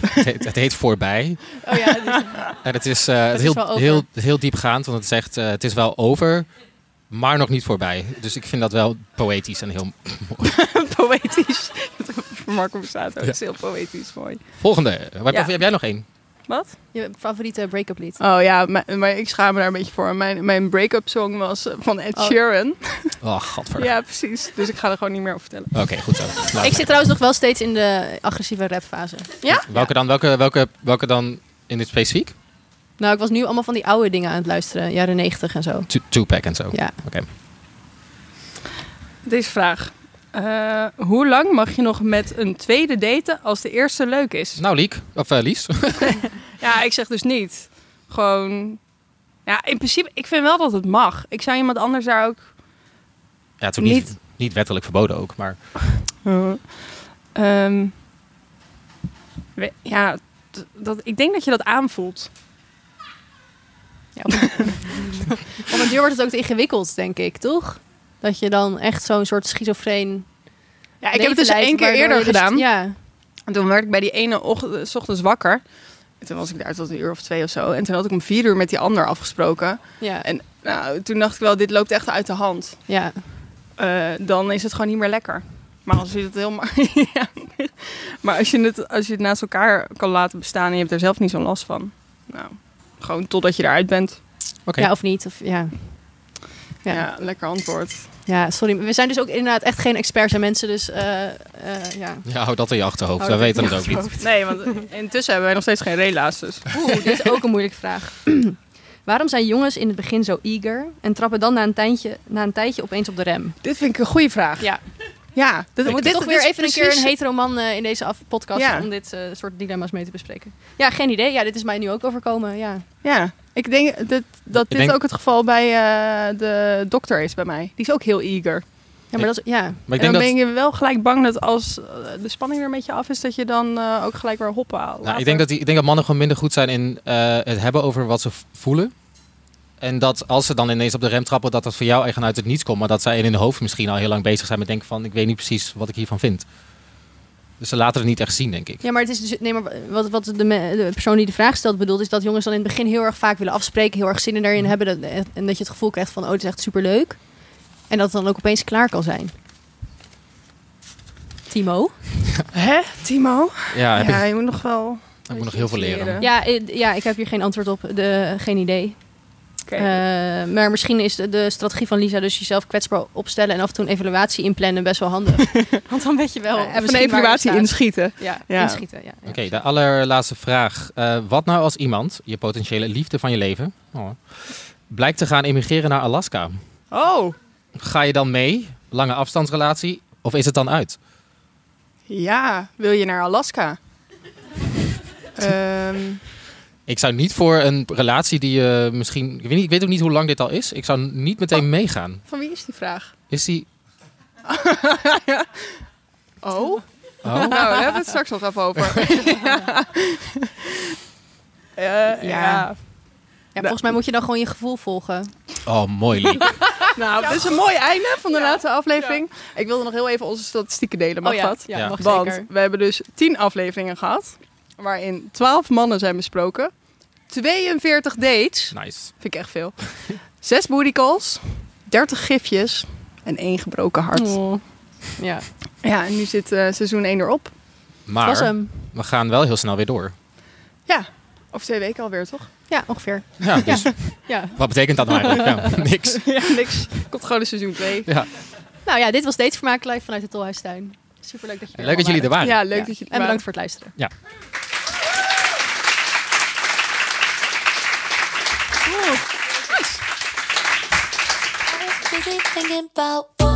[SPEAKER 1] het, heet, het heet Voorbij.
[SPEAKER 2] Oh ja, die-
[SPEAKER 1] En het is, eh,
[SPEAKER 2] is wel
[SPEAKER 1] heel,
[SPEAKER 2] over.
[SPEAKER 1] heel, heel diepgaand, want het zegt eh, het is wel over, maar nog niet voorbij. Dus ik vind dat wel poëtisch en heel...
[SPEAKER 2] dus-
[SPEAKER 6] *laughs* poëtisch. Voor Marco Borsato. Dat is heel poëtisch. Mooi.
[SPEAKER 1] Volgende. Waar-
[SPEAKER 6] Ja.
[SPEAKER 1] Heb jij nog één?
[SPEAKER 6] Wat?
[SPEAKER 2] *laughs* je favoriete break-up
[SPEAKER 1] Ah.
[SPEAKER 2] lied.
[SPEAKER 1] Nou,
[SPEAKER 6] Oh ja, maar, maar ik schaam me daar een beetje voor. Mijn, mijn break-up song was eh, van Ed
[SPEAKER 2] Oh.
[SPEAKER 6] Sheeran.
[SPEAKER 1] Oh, gadver.
[SPEAKER 6] Ja, precies. Dus ik ga er gewoon niet meer over vertellen.
[SPEAKER 1] Oké, goed zo. Nou,
[SPEAKER 2] Ik zit trouwens nog wel steeds in de agressieve rapfase.
[SPEAKER 1] Dus welke, dan, welke, welke, welke dan in dit specifiek?
[SPEAKER 2] Nou, ik was nu allemaal van die oude dingen aan het luisteren. Jaren 90 en zo.
[SPEAKER 1] Tu- Tupac en zo.
[SPEAKER 2] Ja.
[SPEAKER 6] Deze vraag. Eh, hoe lang mag je nog met een tweede daten als de eerste leuk is?
[SPEAKER 1] Nou, Liek. Of eh, Lies.
[SPEAKER 6] Ja, ik zeg dus niet. Gewoon... Ja, in principe, ik vind wel dat het mag. Ik zou iemand anders daar ook...
[SPEAKER 1] ja, toen niet,
[SPEAKER 6] Niet.
[SPEAKER 1] niet. wettelijk verboden ook, maar...
[SPEAKER 6] eh, Ehm, we- ja, d- dat, ik denk dat je dat aanvoelt.
[SPEAKER 2] Ja, op, op een duur wordt het ook te ingewikkeld, denk ik, toch? Dat je dan echt zo'n soort schizofreen.
[SPEAKER 6] Ja, ik heb het dus één keer eerder gedaan.
[SPEAKER 2] ja.
[SPEAKER 6] En toen werd ik bij die ene ochtend, 's ochtends wakker. En toen was ik daar tot een uur of twee of zo. En toen had ik om vier uur met die ander afgesproken.
[SPEAKER 2] Ja,
[SPEAKER 6] En nou, toen dacht ik wel, dit loopt echt uit de hand.
[SPEAKER 2] ja.
[SPEAKER 6] Eh, dan is het gewoon niet meer lekker. Maar als je het heel ma- *laughs* ja. Maar als je het, als je het naast elkaar kan laten bestaan en je hebt er zelf niet zo'n last van. Nou, gewoon totdat je eruit bent.
[SPEAKER 1] Oké.
[SPEAKER 2] ja of niet. Of, ja. Ja.
[SPEAKER 6] Ja,
[SPEAKER 2] ja.
[SPEAKER 6] lekker antwoord.
[SPEAKER 2] sorry. We zijn dus ook inderdaad echt geen experts en mensen, dus eh, eh, ja.
[SPEAKER 1] Ja, hou dat in je achterhoofd.
[SPEAKER 2] Hou
[SPEAKER 1] Wij
[SPEAKER 2] dat in
[SPEAKER 1] weten
[SPEAKER 2] je
[SPEAKER 1] het ook niet.
[SPEAKER 6] Nee, want intussen hebben wij nog steeds geen rela's. Dus.
[SPEAKER 2] Oeh, dit is ook een moeilijke vraag. *clears throat* Waarom zijn jongens in het begin zo eager en trappen dan na een tijdje, na een tijdje opeens op de rem?
[SPEAKER 6] Dit vind ik een goede vraag.
[SPEAKER 2] Ja,
[SPEAKER 6] Ja,
[SPEAKER 2] we moeten toch weer
[SPEAKER 6] is
[SPEAKER 2] even een keer een
[SPEAKER 6] precies-
[SPEAKER 2] hetero man eh, in deze af podcast
[SPEAKER 6] Ja.
[SPEAKER 2] om dit eh, soort dilemma's mee te bespreken. Ja, geen idee. Ja, dit is mij nu ook overkomen. Ja.
[SPEAKER 6] Ja, ik denk dat, dat
[SPEAKER 1] Ik
[SPEAKER 6] dit
[SPEAKER 1] denk-
[SPEAKER 6] ook het geval bij eh, de dokter is bij mij. Die is ook heel eager.
[SPEAKER 2] Ja, maar dat is, ja.
[SPEAKER 1] Maar ik
[SPEAKER 6] en
[SPEAKER 1] denk
[SPEAKER 6] dan
[SPEAKER 1] dat...
[SPEAKER 6] ben je wel gelijk bang dat als eh, de spanning er een beetje af is, dat je dan eh, ook gelijk weer hoppen haalt.
[SPEAKER 1] Nou, ik, denk dat die, ik denk dat mannen gewoon minder goed zijn in eh, het hebben over wat ze v- voelen. En dat als ze dan ineens op de rem trappen, dat dat voor jou echt uit het niets komt. Maar dat zij in hun hoofd misschien al heel lang bezig zijn met denken van... ik weet niet precies wat ik hiervan vind. Dus ze laten het niet echt zien, denk ik.
[SPEAKER 2] ja, maar het is dus. Nee, maar wat, wat de, me- de persoon die de vraag stelt bedoelt, is dat jongens dan in het begin heel erg vaak willen afspreken, heel erg zin in daarin hebben. Dat, en dat je het gevoel krijgt van, oh, dit is echt superleuk. En dat het dan ook opeens klaar kan zijn. Timo?
[SPEAKER 6] Hè, Timo?
[SPEAKER 1] Ja, Ah, heb
[SPEAKER 6] ja,
[SPEAKER 1] ik,
[SPEAKER 6] je moet nog wel...
[SPEAKER 1] ik moet nog heel veel leren.
[SPEAKER 6] leren.
[SPEAKER 2] Ja, eh, ja, ik heb hier geen antwoord op. De, geen idee.
[SPEAKER 6] Oké.
[SPEAKER 2] Eh, maar misschien is de, de strategie van Lisa dus jezelf kwetsbaar opstellen en af en toe een evaluatie inplannen best wel
[SPEAKER 6] *laughs*
[SPEAKER 2] handig. Want dan weet je wel.
[SPEAKER 6] Eh, even een
[SPEAKER 2] misschien waar je
[SPEAKER 6] evaluatie
[SPEAKER 2] staat.
[SPEAKER 6] inschieten.
[SPEAKER 2] Ja,
[SPEAKER 6] Ja.
[SPEAKER 2] inschieten. Ja, ja.
[SPEAKER 1] Oké, de allerlaatste vraag. Eh, wat nou als iemand, je potentiële liefde van je leven... oh, blijkt te gaan emigreren naar Alaska?
[SPEAKER 6] Oh,
[SPEAKER 1] Ga je dan mee? Lange afstandsrelatie? Of is het dan uit?
[SPEAKER 6] ja. Wil je naar
[SPEAKER 2] *laughs*
[SPEAKER 6] Alaska? Ehm,
[SPEAKER 1] Ik zou niet voor een relatie die je misschien... Ik weet, niet, ik weet ook niet hoe lang dit al is. Ik zou niet meteen
[SPEAKER 2] Oh.
[SPEAKER 1] meegaan.
[SPEAKER 6] van wie is die vraag?
[SPEAKER 1] Is die...
[SPEAKER 6] Oh?
[SPEAKER 1] Oh?
[SPEAKER 6] Nou, daar hebben we het straks nog even
[SPEAKER 2] *laughs*
[SPEAKER 6] over. ja. Eh, ja. Nou.
[SPEAKER 2] Ja, volgens mij moet je dan gewoon je gevoel volgen.
[SPEAKER 1] oh, mooi
[SPEAKER 2] *laughs*
[SPEAKER 1] Liek.
[SPEAKER 6] Nou, dit is een mooi einde van de laatste aflevering. Ik wilde nog heel even onze statistieken delen, mag
[SPEAKER 2] oh ja,
[SPEAKER 6] dat?
[SPEAKER 2] ja,
[SPEAKER 1] Ja.
[SPEAKER 2] mag
[SPEAKER 6] Want
[SPEAKER 2] zeker.
[SPEAKER 6] we hebben dus 10 afleveringen gehad, waarin 12 mannen zijn besproken. 42 dates,
[SPEAKER 1] Nice.
[SPEAKER 6] vind ik echt veel. *laughs* 6 booty calls, 30 gifjes en één gebroken hart.
[SPEAKER 2] Oh. Ja,
[SPEAKER 6] Ja, en nu zit eh, seizoen 1 erop.
[SPEAKER 2] dat was
[SPEAKER 1] Maar
[SPEAKER 2] hem.
[SPEAKER 1] we gaan wel heel snel weer door.
[SPEAKER 6] Ja, over twee weken alweer, toch?
[SPEAKER 2] *laughs* Ja, ongeveer.
[SPEAKER 1] Ja, dus
[SPEAKER 2] Ja.
[SPEAKER 1] wat betekent dat nou eigenlijk? Ja, *laughs* niks.
[SPEAKER 6] ja, niks. Komt gewoon in seizoen 2.
[SPEAKER 1] Ja.
[SPEAKER 2] Nou ja, dit was Datesvermaak live vanuit de Tolhuistuin. Superleuk dat jullie er
[SPEAKER 1] Leuk dat jullie er
[SPEAKER 2] allemaal
[SPEAKER 1] waren.
[SPEAKER 6] Ja, leuk
[SPEAKER 2] Ja.
[SPEAKER 6] dat je er
[SPEAKER 2] En
[SPEAKER 6] waren.
[SPEAKER 2] bedankt voor het luisteren.
[SPEAKER 7] thinking about what